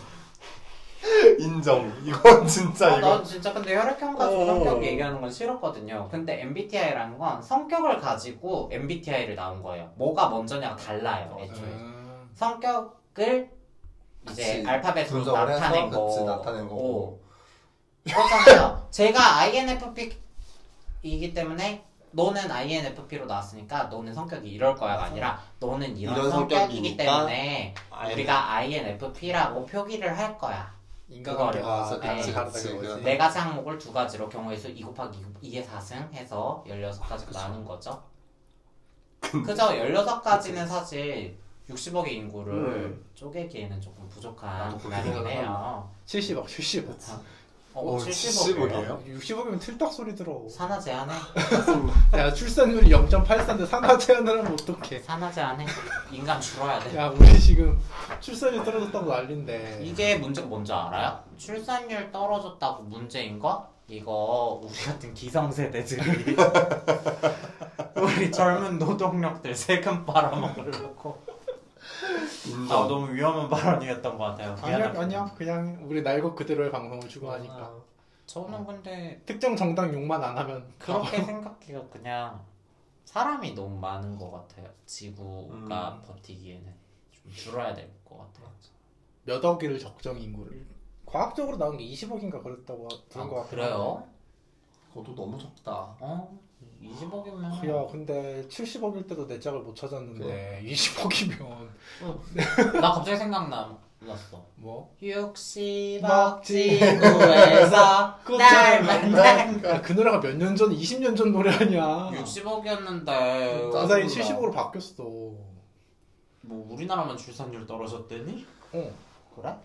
Speaker 2: 음. 인정. 이건 진짜
Speaker 3: 아,
Speaker 2: 이거.
Speaker 3: 난 진짜 근데 혈액형 가지고
Speaker 2: 어.
Speaker 3: 성격 얘기하는 건 싫었거든요. 근데 MBTI라는 건 성격을 가지고 MBTI를 나온 거예요. 뭐가 먼저냐가 달라요. 애초에
Speaker 1: 아,
Speaker 2: 음,
Speaker 3: 성격을 이제
Speaker 2: 그치.
Speaker 3: 알파벳으로
Speaker 2: 분석을 해서
Speaker 3: 나타낸 거.
Speaker 2: 그치, 나타낸 거고.
Speaker 3: 그렇잖아요. 제가 INFP이기 때문에 너는 INFP로 나왔으니까 너는 성격이 이럴 거야가 아니라 너는 이런,
Speaker 2: 이런
Speaker 3: 성격이기
Speaker 2: 성격이니까
Speaker 3: 때문에
Speaker 2: 아예
Speaker 3: 우리가 INFP라고 표기를 할 거야.
Speaker 1: 인간관계가
Speaker 2: 그거를- 아, 네.
Speaker 1: 다
Speaker 3: 그치,
Speaker 1: 다르다
Speaker 2: 그치,
Speaker 1: 그거지.
Speaker 2: 그치.
Speaker 3: 네 내가 항목을 두 가지로 경우의 수 2 곱하기 2의 4승 해서
Speaker 2: 아,
Speaker 3: 16가지로 나눈 거죠.
Speaker 2: 음.
Speaker 3: 그저 16가지는 사실 60억의 인구를
Speaker 2: 음.
Speaker 3: 쪼개기에는 조금 부족한
Speaker 2: 나도 그렇게
Speaker 3: 분야이긴
Speaker 2: 생각하는데.
Speaker 3: 해요.
Speaker 1: 70억, 70억.
Speaker 3: 어,
Speaker 2: 어,
Speaker 3: 70억이에요?
Speaker 2: 70억 이에요?
Speaker 1: 60억이면 틀딱 소리 들어.
Speaker 3: 산화 제한해?
Speaker 1: 야 출산율이 0.84인데 산하 제한을 하면 어떡해.
Speaker 3: 산화 제한해? 인간 줄어야 돼.
Speaker 2: 네.
Speaker 1: 야 우리 지금 출산율 떨어졌다고 난린데.
Speaker 3: 이게 문제가 뭔지 알아요? 출산율 떨어졌다고 문제인 거? 이거 우리 같은 기성세대들이 우리 젊은 노동력들 세금 빨아먹으려고 아
Speaker 2: 인정.
Speaker 3: 너무 위험한 발언이었던 것 같아요
Speaker 1: 어. 아니야
Speaker 3: 미안합니다. 아.
Speaker 1: 아니야 그냥 우리 날것 그대로의 방송을 추구하니까 어.
Speaker 3: 저는 근데
Speaker 1: 특정 정당 욕만 안 하면
Speaker 3: 그렇게 생각해요 그냥 사람이 너무 많은 것 같아요 지구가
Speaker 2: 음.
Speaker 3: 버티기에는 좀 줄어야 될 것 같아요
Speaker 1: 몇 억을 적정 인구를. 과학적으로 나온 게 20억인가 그랬다고 들은 것
Speaker 3: 아,
Speaker 1: 같긴
Speaker 3: 그래요?
Speaker 2: 그것도 너무 적다.
Speaker 3: 어? 20억이면
Speaker 1: 한데. 야 근데 70억일 때도 내 짝을 못 찾았는데 20억이면
Speaker 3: 나 갑자기 생각났어
Speaker 1: 뭐?
Speaker 3: 육십억 지구에서
Speaker 1: 그거 짜증나.
Speaker 3: 날 만난
Speaker 1: 야, 그 노래가 몇 년 전, 20년 전 노래 아니야.
Speaker 3: 음. 60억이었는데
Speaker 1: 그
Speaker 2: 짜증나.
Speaker 1: 사이 70억으로 바뀌었어. 어.
Speaker 3: 뭐 우리나라만 출산율 떨어졌대니? 그래?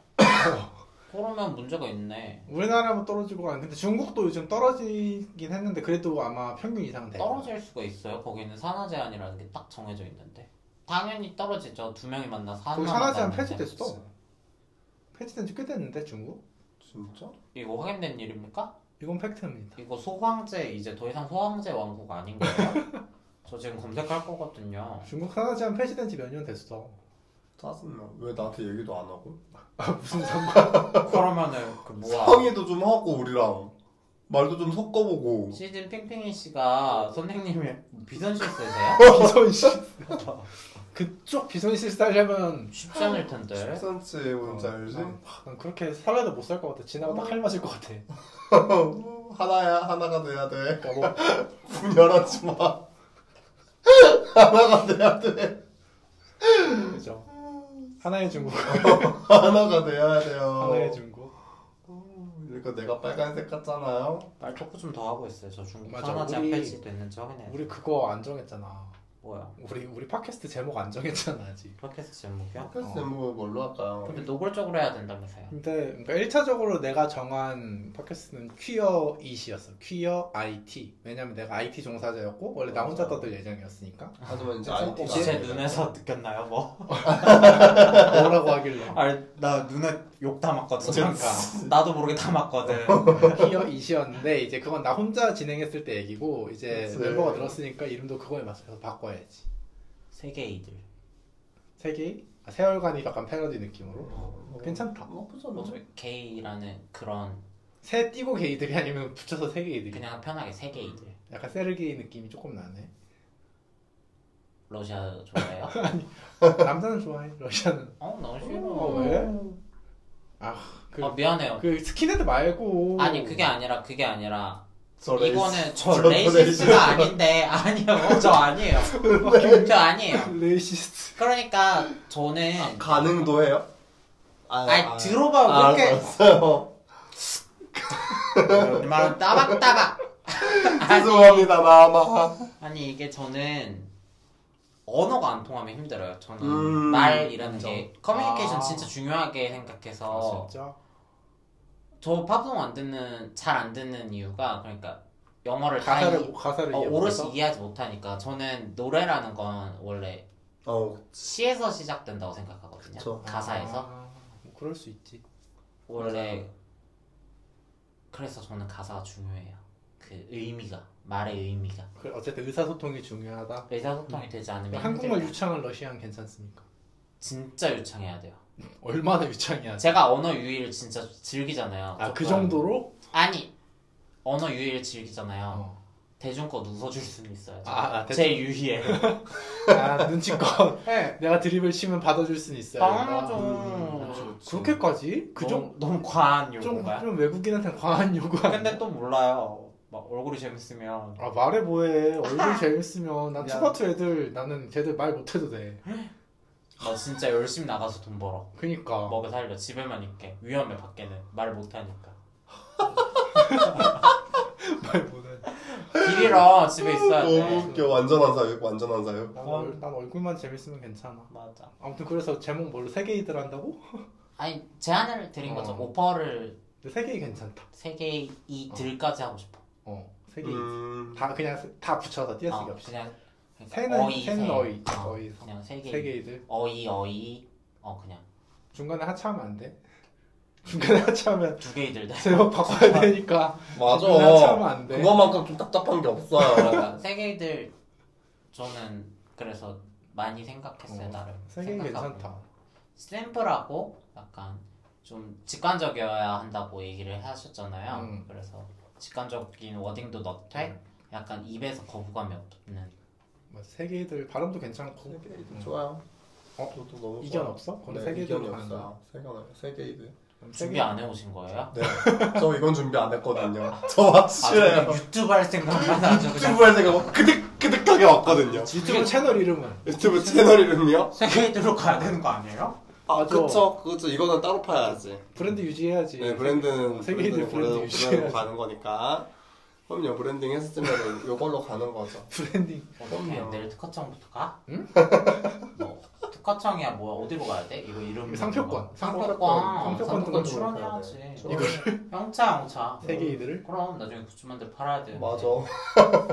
Speaker 3: 그러면 문제가 있네
Speaker 1: 우리나라만 떨어지고 아니 근데 중국도 요즘 떨어지긴 했는데 그래도 아마 평균 이상은 돼.
Speaker 3: 떨어질 수가 있어요 거기는 산화 제한이라는 게 딱 정해져 있는데 당연히 떨어지죠 두 명이 만나서
Speaker 1: 거기
Speaker 3: 하나만
Speaker 1: 산화제한
Speaker 3: 만나면
Speaker 1: 폐지됐어. 폐지된 지 꽤 됐는데 중국?
Speaker 2: 진짜?
Speaker 3: 이거 확인된 일입니까?
Speaker 1: 이건 팩트입니다.
Speaker 3: 이거 소황제 이제 더 이상 소황제 왕국 아닌 거예요? 저 지금 검색할 거거든요
Speaker 1: 중국 산화제한 폐지된 지 몇 년 됐어.
Speaker 2: 짜증나. 왜 나한테 얘기도 안 하고?
Speaker 1: 무슨 상관?
Speaker 3: 그러면은 그 뭐야
Speaker 2: 상의도 좀 하고 우리랑 말도 좀 섞어보고.
Speaker 3: 시즌 핑핑이 씨가 선생님이 비선실 쓰세요?
Speaker 1: 비선실. 그쪽 비선실 살려면
Speaker 3: 쉽지 않을 텐데.
Speaker 2: 10cm
Speaker 3: 어,
Speaker 2: 뭔지 알지?
Speaker 1: 난, 난 그렇게 살려도 못 살 것 같아. 지나가다 칼 맞을 것 같아.
Speaker 2: 하나야, 하나가 돼야 돼.
Speaker 1: 그러니까 뭐
Speaker 2: 분열하지 마. 하나가 돼야 돼.
Speaker 1: 그죠. 하나의 중국,
Speaker 2: 하나가 돼야 돼요.
Speaker 1: 하나의 중국.
Speaker 2: 그러니까 내가 빨간색 같잖아요.
Speaker 3: 말 조금 좀 더 하고 있어요. 저 중국
Speaker 1: 맞아,
Speaker 3: 선화제
Speaker 1: 우리-
Speaker 3: 홈페이지도 있는지 확인해야 돼.
Speaker 1: 우리 그거 안 정했잖아.
Speaker 3: 뭐야?
Speaker 1: 우리 우리 팟캐스트 제목 안 정했잖아 아직.
Speaker 3: 팟캐스트 제목이요?
Speaker 2: 그래서
Speaker 1: 어.
Speaker 2: 제목을 뭘로 할까요?
Speaker 3: 근데 노골적으로 해야 된다면서요.
Speaker 1: 근데 그러니까 1차적으로 내가 정한 팟캐스트는 퀴어 이시였어. 퀴어 IT. 왜냐면 내가 IT 종사자였고 원래 나 혼자 떠들 예정이었으니까
Speaker 2: 하지만 이제
Speaker 1: 그래서
Speaker 2: IT가
Speaker 3: 제 눈에서 느꼈나요, 뭐?
Speaker 1: 뭐라고 하길래
Speaker 3: 아니, 나 눈에 욕 담았거든.
Speaker 1: 그러니까
Speaker 3: 나도 모르게 담았거든.
Speaker 1: 퀴어 이시였는데 이제 그건 나 혼자 진행했을 때 얘기고 이제
Speaker 2: 그치.
Speaker 1: 멤버가 늘었으니까 이름도 그거에 맞춰서 바꿔야지.
Speaker 3: 세계 이들.
Speaker 1: 세기 아, 세월간이 약간 패러디 느낌으로
Speaker 2: 어,
Speaker 1: 괜찮다.
Speaker 2: 나쁘잖아.
Speaker 3: 뭐죠? 게이라는 그런
Speaker 1: 세 띄고 게이들이 아니면 붙여서 세 게이들이.
Speaker 3: 그냥 편하게 세계 이들.
Speaker 1: 약간 세르게이 느낌이 조금 나네.
Speaker 3: 러시아 좋아해요?
Speaker 1: 남자는 좋아해 러시아는.
Speaker 3: 어, 너무
Speaker 1: 어,
Speaker 3: 싫어.
Speaker 1: 왜?
Speaker 2: 네?
Speaker 1: 아그
Speaker 3: 아, 미안해요.
Speaker 1: 그 스킨헤드 말고
Speaker 3: 아니, 그게 아니라 그게 아니라
Speaker 2: 저 레이시-
Speaker 3: 이거는 저
Speaker 2: 저
Speaker 3: 레이시스가 아닌데 아니요. 저 아니에요. 저 아니에요.
Speaker 1: 레이시스트
Speaker 3: 그러니까 저는
Speaker 2: 아, 가능도 해요?
Speaker 3: 아니 들어봐
Speaker 2: 아,
Speaker 3: 그렇게
Speaker 2: 알았어요.
Speaker 3: 말은 따박따박
Speaker 2: 죄송합니다 마마.
Speaker 3: 아니 이게 저는 언어가 안 통하면 힘들어요 저는
Speaker 2: 음,
Speaker 3: 말이라는
Speaker 2: 인정.
Speaker 3: 게 커뮤니케이션
Speaker 1: 아.
Speaker 3: 진짜 중요하게 생각해서
Speaker 1: 진짜
Speaker 3: 저 팝송 안 듣는 잘 안 듣는 이유가 그러니까 영어를 다
Speaker 1: 가사를
Speaker 3: 이-
Speaker 1: 가사를
Speaker 3: 어,
Speaker 1: 이해해서
Speaker 3: 오롯이 이해하지 못하니까 저는 노래라는 건 원래
Speaker 2: 어
Speaker 3: 시에서 시작된다고 생각하거든요
Speaker 2: 그쵸.
Speaker 3: 가사에서
Speaker 1: 아, 뭐 그럴 수 있지
Speaker 3: 원래
Speaker 2: 맞아요.
Speaker 3: 그래서 저는 가사가 중요해요 그 의미가 말의 의미가
Speaker 1: 그 어쨌든 의사소통이 중요하다
Speaker 3: 의사소통이 되지 않으면
Speaker 1: 음. 한국말
Speaker 3: 힘들다.
Speaker 1: 유창한 러시안 괜찮습니까
Speaker 3: 진짜 유창해야 돼요.
Speaker 1: 얼마나 유창이야
Speaker 3: 제가 언어 유희를 진짜 즐기잖아요.
Speaker 1: 아 그
Speaker 3: 조금.
Speaker 1: 정도로
Speaker 3: 아니 언어 유희를 즐기잖아요.
Speaker 1: 어.
Speaker 3: 대중껏 웃어줄 수는 있어요.
Speaker 1: 아, 아,
Speaker 3: 제 유희에
Speaker 1: 아, 눈치껏 내가 드립을 치면 네. 받아줄 수는 있어요
Speaker 3: 당연하죠.
Speaker 1: 그렇게까지 그 정도
Speaker 3: 너무, 너무 과한
Speaker 1: 좀,
Speaker 3: 요구인가요?
Speaker 1: 좀 외국인한테 과한 요구 아니야?
Speaker 3: 근데 또 몰라요. 막 얼굴이 재밌으면
Speaker 1: 아 말해 뭐해 얼굴 재밌으면 난
Speaker 3: 미안.
Speaker 1: 투바투 애들 나는 걔들 말 못해도 돼
Speaker 3: 나 진짜 열심히 나가서 돈 벌어.
Speaker 1: 그니까
Speaker 3: 먹여 살려 집에만 있게 위험해 밖에는 말 못하니까
Speaker 1: 말 못해
Speaker 3: 길이랑 집에 있어야
Speaker 2: 너무
Speaker 3: 돼.
Speaker 2: 웃겨 완전한 사육 완전한 사육.
Speaker 1: 난, 얼- 난 얼굴만 재밌으면 괜찮아
Speaker 3: 맞아.
Speaker 1: 아무튼 그래서 제목 뭘로 세계이들 한다고?
Speaker 3: 아니 제안을 드린 거죠.
Speaker 1: 어.
Speaker 3: 오퍼를
Speaker 1: 근데 세계이 괜찮다
Speaker 3: 세계의 이 들까지 하고 싶어.
Speaker 1: 어 세계이
Speaker 2: 음.
Speaker 1: 다 그냥 세- 다 붙여서 띄어쓰기
Speaker 3: 어,
Speaker 1: 없이
Speaker 3: 그냥
Speaker 1: 새는
Speaker 3: 어이,
Speaker 1: 새는
Speaker 3: 새.
Speaker 1: 어이
Speaker 3: 어,
Speaker 1: 어이
Speaker 3: 그냥 세계
Speaker 1: 세계이들
Speaker 3: 어이 어이 어 그냥
Speaker 1: 중간에 하차하면 안돼 중간에 하차하면
Speaker 3: 두 개의 들
Speaker 1: 제목 바꿔야 되니까
Speaker 2: 맞아.
Speaker 1: 중간에 하차하면 안돼
Speaker 2: 그거만큼 좀 답답한 게 없어요.
Speaker 3: 그러니까 세계의 들 저는 그래서 많이 생각했어요
Speaker 1: 어,
Speaker 3: 나를.
Speaker 1: 세계는 괜찮다.
Speaker 3: 샘플하고 약간 좀 직관적이어야 한다고 얘기를 하셨잖아요.
Speaker 1: 음.
Speaker 3: 그래서 직관적인 워딩도 넣되 약간 입에서 거부감이 없는
Speaker 1: 뭐, 세계이들 발음도 괜찮고
Speaker 2: 세계이드
Speaker 1: 음.
Speaker 2: 좋아요.
Speaker 1: 어?
Speaker 2: 저도 너무
Speaker 1: 이견
Speaker 2: 좋아요.
Speaker 1: 없어? 그럼
Speaker 2: 네,
Speaker 1: 세계이들
Speaker 2: 이견이
Speaker 1: 가는 거야
Speaker 2: 없어요. 세계는 세계이드.
Speaker 1: 그럼
Speaker 3: 준비 안 해오신 거예요?
Speaker 2: 네. 저 이건 준비 안 했거든요. 저
Speaker 3: 아, 저는
Speaker 2: 확실해요.
Speaker 3: 유튜브 할 생각만 하죠. 그냥.
Speaker 2: 유튜브 할 생각 그득그득하게 왔거든요.
Speaker 1: 유튜브 채널 이름은
Speaker 2: 유튜브 채널 이름이요?
Speaker 3: 세계대로 가야 되는 거 아니에요?
Speaker 2: 아,
Speaker 1: 맞아.
Speaker 2: 그쵸, 그쵸. 이거는 따로 파야지.
Speaker 1: 브랜드 유지해야지
Speaker 2: 네, 브랜드는
Speaker 1: 세계인들
Speaker 2: 브랜드는
Speaker 1: 브랜드
Speaker 2: 브랜드
Speaker 1: 유지해야지
Speaker 2: 브랜드로 가는 거니까. 그럼요, 브랜딩 했으면 요걸로 가는 거죠.
Speaker 1: 브랜딩
Speaker 3: 어떻게
Speaker 2: 그럼요.
Speaker 3: 내일 특허청부터 가? 뭐 특허청이야 뭐야 어디로 가야 돼? 이거 이름 뭐
Speaker 1: 상표권.
Speaker 3: 상표권
Speaker 1: 상표권
Speaker 3: 상표권
Speaker 1: 등록을
Speaker 3: 출원해야지
Speaker 2: 해야 돼.
Speaker 3: 이거를 형차 형차
Speaker 1: 세계이들을
Speaker 3: 그럼 나중에 굿즈만들 팔아야 돼
Speaker 2: 맞아.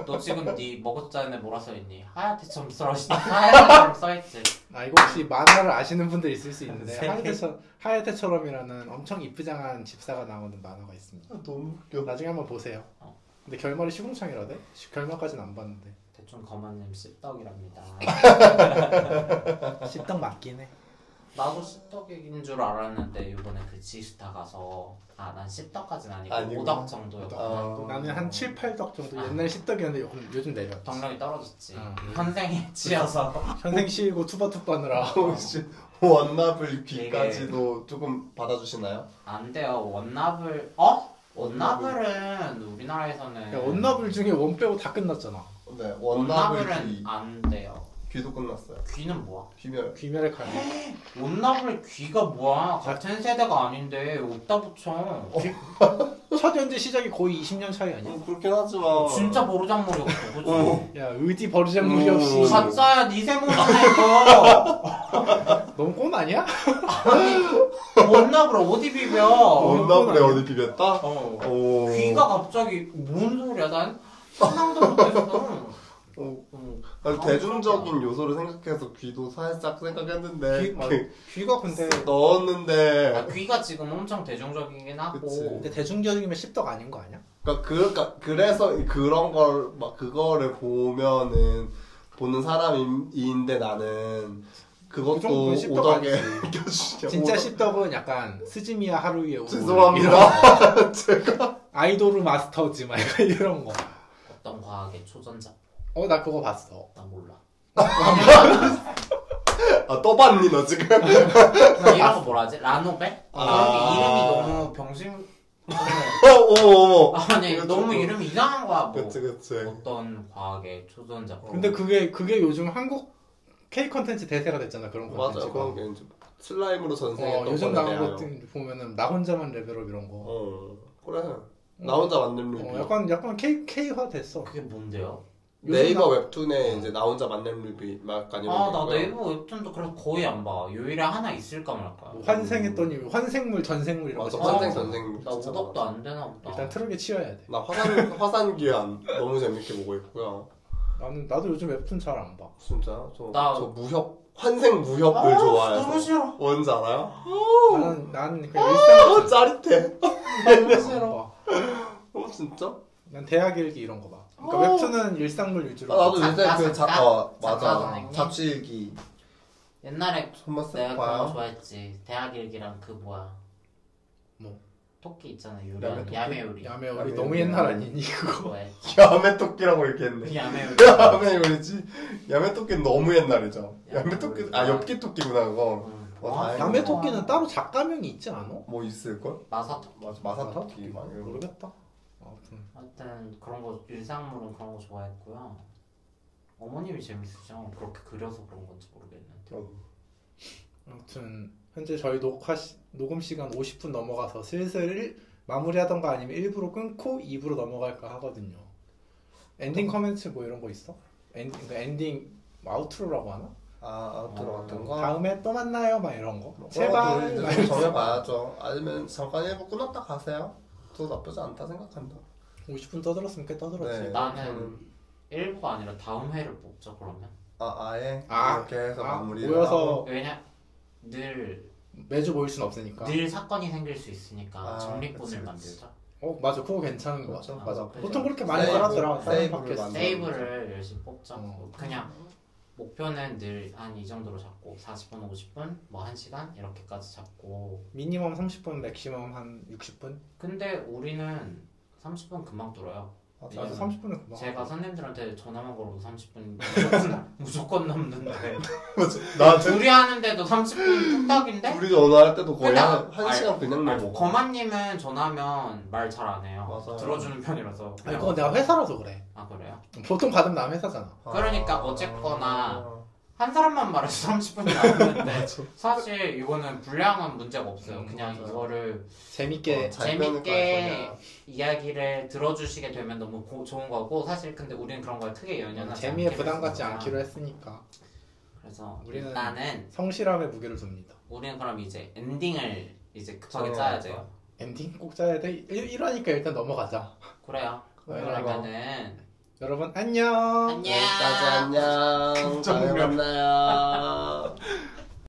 Speaker 3: 너 지금 네 먹었자는데 뭐라 써있니? 하얗게처럼 써있니? 하얗게처럼 써있지
Speaker 1: 아 이거 혹시 만화를 아시는 분들 있을 수 있는데
Speaker 3: 세계?
Speaker 1: 하야테처, 하야테처럼이라는 엄청 이쁘장한 집사가 나오는 만화가 있습니다.
Speaker 2: 너무 웃겨.
Speaker 1: 나중에 한번 보세요.
Speaker 3: 어.
Speaker 1: 근데 결말이 시궁창이라대? 시- 결말까지는 안 봤는데.
Speaker 3: 대충 거만님 씹떡이랍니다
Speaker 1: 씹덕 맞긴 해.
Speaker 3: 나도 씹떡인 줄 알았는데 이번에 그 지스타 가서 아 난 씹떡까진 아니고
Speaker 2: 아니구나.
Speaker 3: 5덕 정도였고
Speaker 2: 아,
Speaker 1: 나는 한 7, 8덕 정도 옛날 씹덕이었는데 요즘, 요즘 내렸지.
Speaker 3: 덕력이 떨어졌지
Speaker 1: 아.
Speaker 3: 현생에 치여서
Speaker 1: 현생 씨고 투바투바느라.
Speaker 2: 혹시 원납을 비까지도 조금 받아주시나요?
Speaker 3: 안 돼요. 원나블 어? 원나블은
Speaker 1: 그러니까
Speaker 3: 우리나라에서는
Speaker 1: 야, 원나블 중에 원 빼고 다 끝났잖아.
Speaker 2: 네, 원납을
Speaker 3: 원나블은 아.
Speaker 2: 비.
Speaker 3: 안 돼요.
Speaker 2: 귀도 끝났어요.
Speaker 3: 귀는 뭐야?
Speaker 2: 귀멸.
Speaker 1: 귀멸의 칼.
Speaker 3: 온나블의 귀가 뭐야? 같은 세대가 아닌데 없다 붙여.
Speaker 1: 첫 연재 시작이 거의 20년 차이 아니야?
Speaker 2: 음, 그렇긴 하지만
Speaker 3: 진짜 보르장물이었어, 그지?
Speaker 2: 어.
Speaker 1: 야 의디 버르장물이
Speaker 2: 음.
Speaker 1: 없이
Speaker 3: 가짜야, 니네 세모다 이거.
Speaker 1: 너무 꼰 아니야?
Speaker 3: 온나블 어디 비벼?
Speaker 2: 원나블에 어디 비볐다?
Speaker 1: 어.
Speaker 2: 오.
Speaker 3: 귀가 갑자기 뭔 소리야? 난 상상도 못했어.
Speaker 2: 어,
Speaker 3: 음.
Speaker 2: 아니, 대중적인 요소를 생각해서 귀도 살짝 생각했는데
Speaker 1: 귀, 막, 귀가 근데
Speaker 3: 아,
Speaker 2: 넣었는데
Speaker 3: 귀가 지금 엄청 대중적이긴 하고.
Speaker 1: 근데 대중적이면 씹덕 아닌 거 아니야?
Speaker 2: 그러니까 그 그러니까 그래서 그런 걸 막 그거를 보면은 보는 사람인데 나는
Speaker 1: 그 정도는
Speaker 2: 그것도
Speaker 1: 씹덕
Speaker 2: 오덕에
Speaker 1: 아니지.
Speaker 2: 껴주냐
Speaker 1: 진짜
Speaker 2: 오덕-
Speaker 1: 씹덕은 약간 스즈미야 하루이의 오후
Speaker 2: 죄송합니다
Speaker 1: 아이돌 마스터즈 막 약간 이런 거.
Speaker 3: 어떤 과학의 초전자?
Speaker 1: 어 나 그거 봤어.
Speaker 3: 나 몰라.
Speaker 2: 아 떠봤니 너 지금
Speaker 3: 나그 이런 거 뭐라 하지? 라노벨?
Speaker 2: 아.
Speaker 3: 이런 게 이름이 너무 병신.
Speaker 2: 오오오
Speaker 3: 아니 너무
Speaker 2: 그렇죠.
Speaker 3: 이름이 이상한 거야 뭐.
Speaker 2: 그치 그치
Speaker 3: 어떤 과학의 초전자.
Speaker 2: 어.
Speaker 1: 근데 그게 그게 요즘 한국 K 컨텐츠 대세가 됐잖아 그런 거.
Speaker 2: 맞아 그런 게 이제 슬라임으로 전생했던
Speaker 1: 어, 요즘
Speaker 2: 거에
Speaker 1: 나온
Speaker 2: 대하여.
Speaker 1: 것들 보면은 나 혼자만 레벨업 이런 거.
Speaker 2: 어 그래 나 혼자 만든 리뷰
Speaker 1: 어, 약간 약간 K K화 됐어.
Speaker 3: 그게 뭔데요?
Speaker 2: 네이버
Speaker 1: 어.
Speaker 2: 웹툰에 이제 나 혼자 만든 리뷰 막 아니면 그러니까.
Speaker 3: 아 나 네이버 웹툰도 그래서 거의 안 봐. 요일에 하나 있을까 말까.
Speaker 1: 뭐 환생했더니 환생물 전생물 이런
Speaker 2: 맞아
Speaker 1: 거.
Speaker 3: 환생,
Speaker 2: 선생
Speaker 1: 있잖아.
Speaker 2: 전생
Speaker 3: 나 오덕도 안 되나 보다. 아,
Speaker 1: 일단 트럭에 치워야 돼.
Speaker 2: 나 화산 화산 귀환 너무 재밌게 보고 있고요.
Speaker 1: 나는 나도 요즘 웹툰 잘 안 봐.
Speaker 2: 진짜 저,
Speaker 3: 나-
Speaker 2: 저 무협 환생 무협을
Speaker 3: 아,
Speaker 2: 좋아해서
Speaker 3: 너무 싫어.
Speaker 2: 뭔지 알아요?
Speaker 1: 나는 나는 그냥 일상
Speaker 2: 아 짜릿해.
Speaker 1: 너무 어, 싫어.
Speaker 2: 어 진짜?
Speaker 1: 난 대학 일기 이런 거 봐. 그러니까 웹툰은 일상물
Speaker 2: 아,
Speaker 1: 위주로.
Speaker 2: 나도
Speaker 1: 봐.
Speaker 2: 요새
Speaker 3: 작가,
Speaker 2: 그
Speaker 3: 작가?
Speaker 2: 작가 어,
Speaker 3: 작가
Speaker 2: 맞아
Speaker 3: 선생님?
Speaker 2: 잡지기
Speaker 3: 옛날에
Speaker 2: 손맛 쓱
Speaker 3: 내가 그거
Speaker 2: 봐요.
Speaker 3: 좋아했지. 대학 일기랑 그 뭐야.
Speaker 1: 뭐?
Speaker 3: 토끼 있잖아 요리
Speaker 1: 야매
Speaker 3: 야매,
Speaker 1: 토끼?
Speaker 3: 야매 요리.
Speaker 1: 야매
Speaker 2: 야매
Speaker 1: 우리
Speaker 2: 요리.
Speaker 1: 너무 옛날 아니니 그거.
Speaker 3: 좋아해.
Speaker 2: 야매 토끼라고 얘기했네.
Speaker 3: 야매 요리.
Speaker 2: 야매 요리지. 야매 토끼 너무 옛날이죠. 야매
Speaker 3: 야매
Speaker 2: 토끼
Speaker 3: 요리.
Speaker 2: 아 엽기 토끼구나 그거.
Speaker 3: 음.
Speaker 2: 어, 다행이다.
Speaker 1: 야매 토끼는 따로 작가명이 있지 않아?
Speaker 2: 뭐 있을 걸?
Speaker 3: 마사토.
Speaker 2: 맞아 마사 토끼 막 이런 거.
Speaker 1: 모르겠다. 아무튼
Speaker 3: 하여튼 그런 거 일상물은 그런 거 좋아했고요. 어머님이 재밌으죠. 그렇게 그려서 그런 건지 모르겠는데.
Speaker 2: 어.
Speaker 1: 아무튼 현재 저희 녹화 시, 녹음 시간 50분 넘어가서 슬슬 일- 마무리하던가 아니면 일부러 끊고 2부로 넘어갈까 하거든요. 엔딩 커멘트 뭐 이런 거 있어? 엔딩 그 엔딩 뭐 아우트로라고 하나?
Speaker 2: 아 들어갔던 거.
Speaker 1: 다음에 또 만나요 막 이런 거.
Speaker 2: 뭐,
Speaker 1: 제발.
Speaker 2: 그런
Speaker 1: 막
Speaker 2: 거
Speaker 1: 이러면서.
Speaker 2: 정해봐야죠. 아니면 잠깐 일부 끊었다 가세요. 또 나쁘지 않다 생각한다.
Speaker 1: 50분 떠들었으면 꽤 떠들었지.
Speaker 2: 네.
Speaker 3: 나는 일부가 아니라 다음 회를 뽑죠 그러면.
Speaker 2: 아 아예
Speaker 1: 아,
Speaker 2: 이렇게 해서
Speaker 1: 아,
Speaker 2: 마무리를
Speaker 1: 모여서
Speaker 2: 하고.
Speaker 3: 왜냐 늘 늘
Speaker 1: 매주 모일 순 없으니까.
Speaker 2: 네.
Speaker 3: 사건이 생길 수 있으니까
Speaker 2: 그러니까. 아, 그치,
Speaker 3: 정리꾼을
Speaker 2: 그치.
Speaker 3: 만들죠.
Speaker 1: 어 맞아 그거 괜찮은 거 같아.
Speaker 2: 그렇죠.
Speaker 1: 맞아.
Speaker 3: 그렇죠.
Speaker 1: 보통 그렇게 많이
Speaker 2: 세이브,
Speaker 1: 하더라. 다른
Speaker 2: 세이브를
Speaker 1: 팟캐스트.
Speaker 2: 맞아. 음.
Speaker 3: 세이브를 열심히 뽑죠. 뭐
Speaker 1: 어.
Speaker 3: 그냥 목표는 늘 한 이 정도로 잡고 40분, 50분, 뭐 1시간 이렇게까지 잡고
Speaker 1: 미니멈 30분, 맥시멈 한 60분.
Speaker 3: 근데 우리는 30분 금방 들어요.
Speaker 1: 맞아
Speaker 3: 왜냐면
Speaker 1: 30분은 금방.
Speaker 3: 제가 선생님들한테 전화만 걸어도 30분 무조건, 무조건 넘는데
Speaker 2: 나 둘-
Speaker 3: 둘이 하는데도 30분 뚝딱인데?
Speaker 2: 아, 둘이 전화할 때도 거의
Speaker 3: 그냥-
Speaker 2: 한, 한
Speaker 3: 아니,
Speaker 2: 시간 그냥
Speaker 3: 아니,
Speaker 2: 넘어.
Speaker 3: 거만님은 전화하면 말 잘 안 해요
Speaker 2: 맞아요.
Speaker 3: 들어주는 편이라서
Speaker 1: 아니 그건 내가 회사라서 그래.
Speaker 3: 아 그래요?
Speaker 1: 보통 받으면 남 회사잖아.
Speaker 3: 그러니까 어쨌거나 한 사람만 말해서 30분이 나왔는데 사실 이거는 불량은 문제가 없어요
Speaker 1: 음,
Speaker 3: 그냥
Speaker 2: 맞아요.
Speaker 3: 이거를 어,
Speaker 2: 어,
Speaker 1: 재밌게
Speaker 3: 재밌게 이야기를 들어주시게 되면 너무 고- 좋은 거고 사실 근데 우리는 그런 거에 크게
Speaker 1: 음,
Speaker 3: 연연하지
Speaker 1: 재미에
Speaker 3: 않기로
Speaker 1: 부담 갖지
Speaker 3: 했으니까.
Speaker 1: 않기로 했으니까
Speaker 3: 그래서
Speaker 1: 우리는-
Speaker 3: 일단은
Speaker 1: 성실함에 무게를 둡니다.
Speaker 3: 우리는 그럼 이제 엔딩을 이제 급하게
Speaker 2: 정해야죠.
Speaker 3: 짜야 돼요.
Speaker 1: 엔딩 꼭 짜야 돼. 일, 일하니까 일단 넘어가자.
Speaker 3: 그래요.
Speaker 1: 그래요.
Speaker 3: 그러면은
Speaker 1: 여러분 안녕.
Speaker 3: 안녕.
Speaker 2: 안녕. 다음에
Speaker 1: 긍정력.
Speaker 2: 만나요.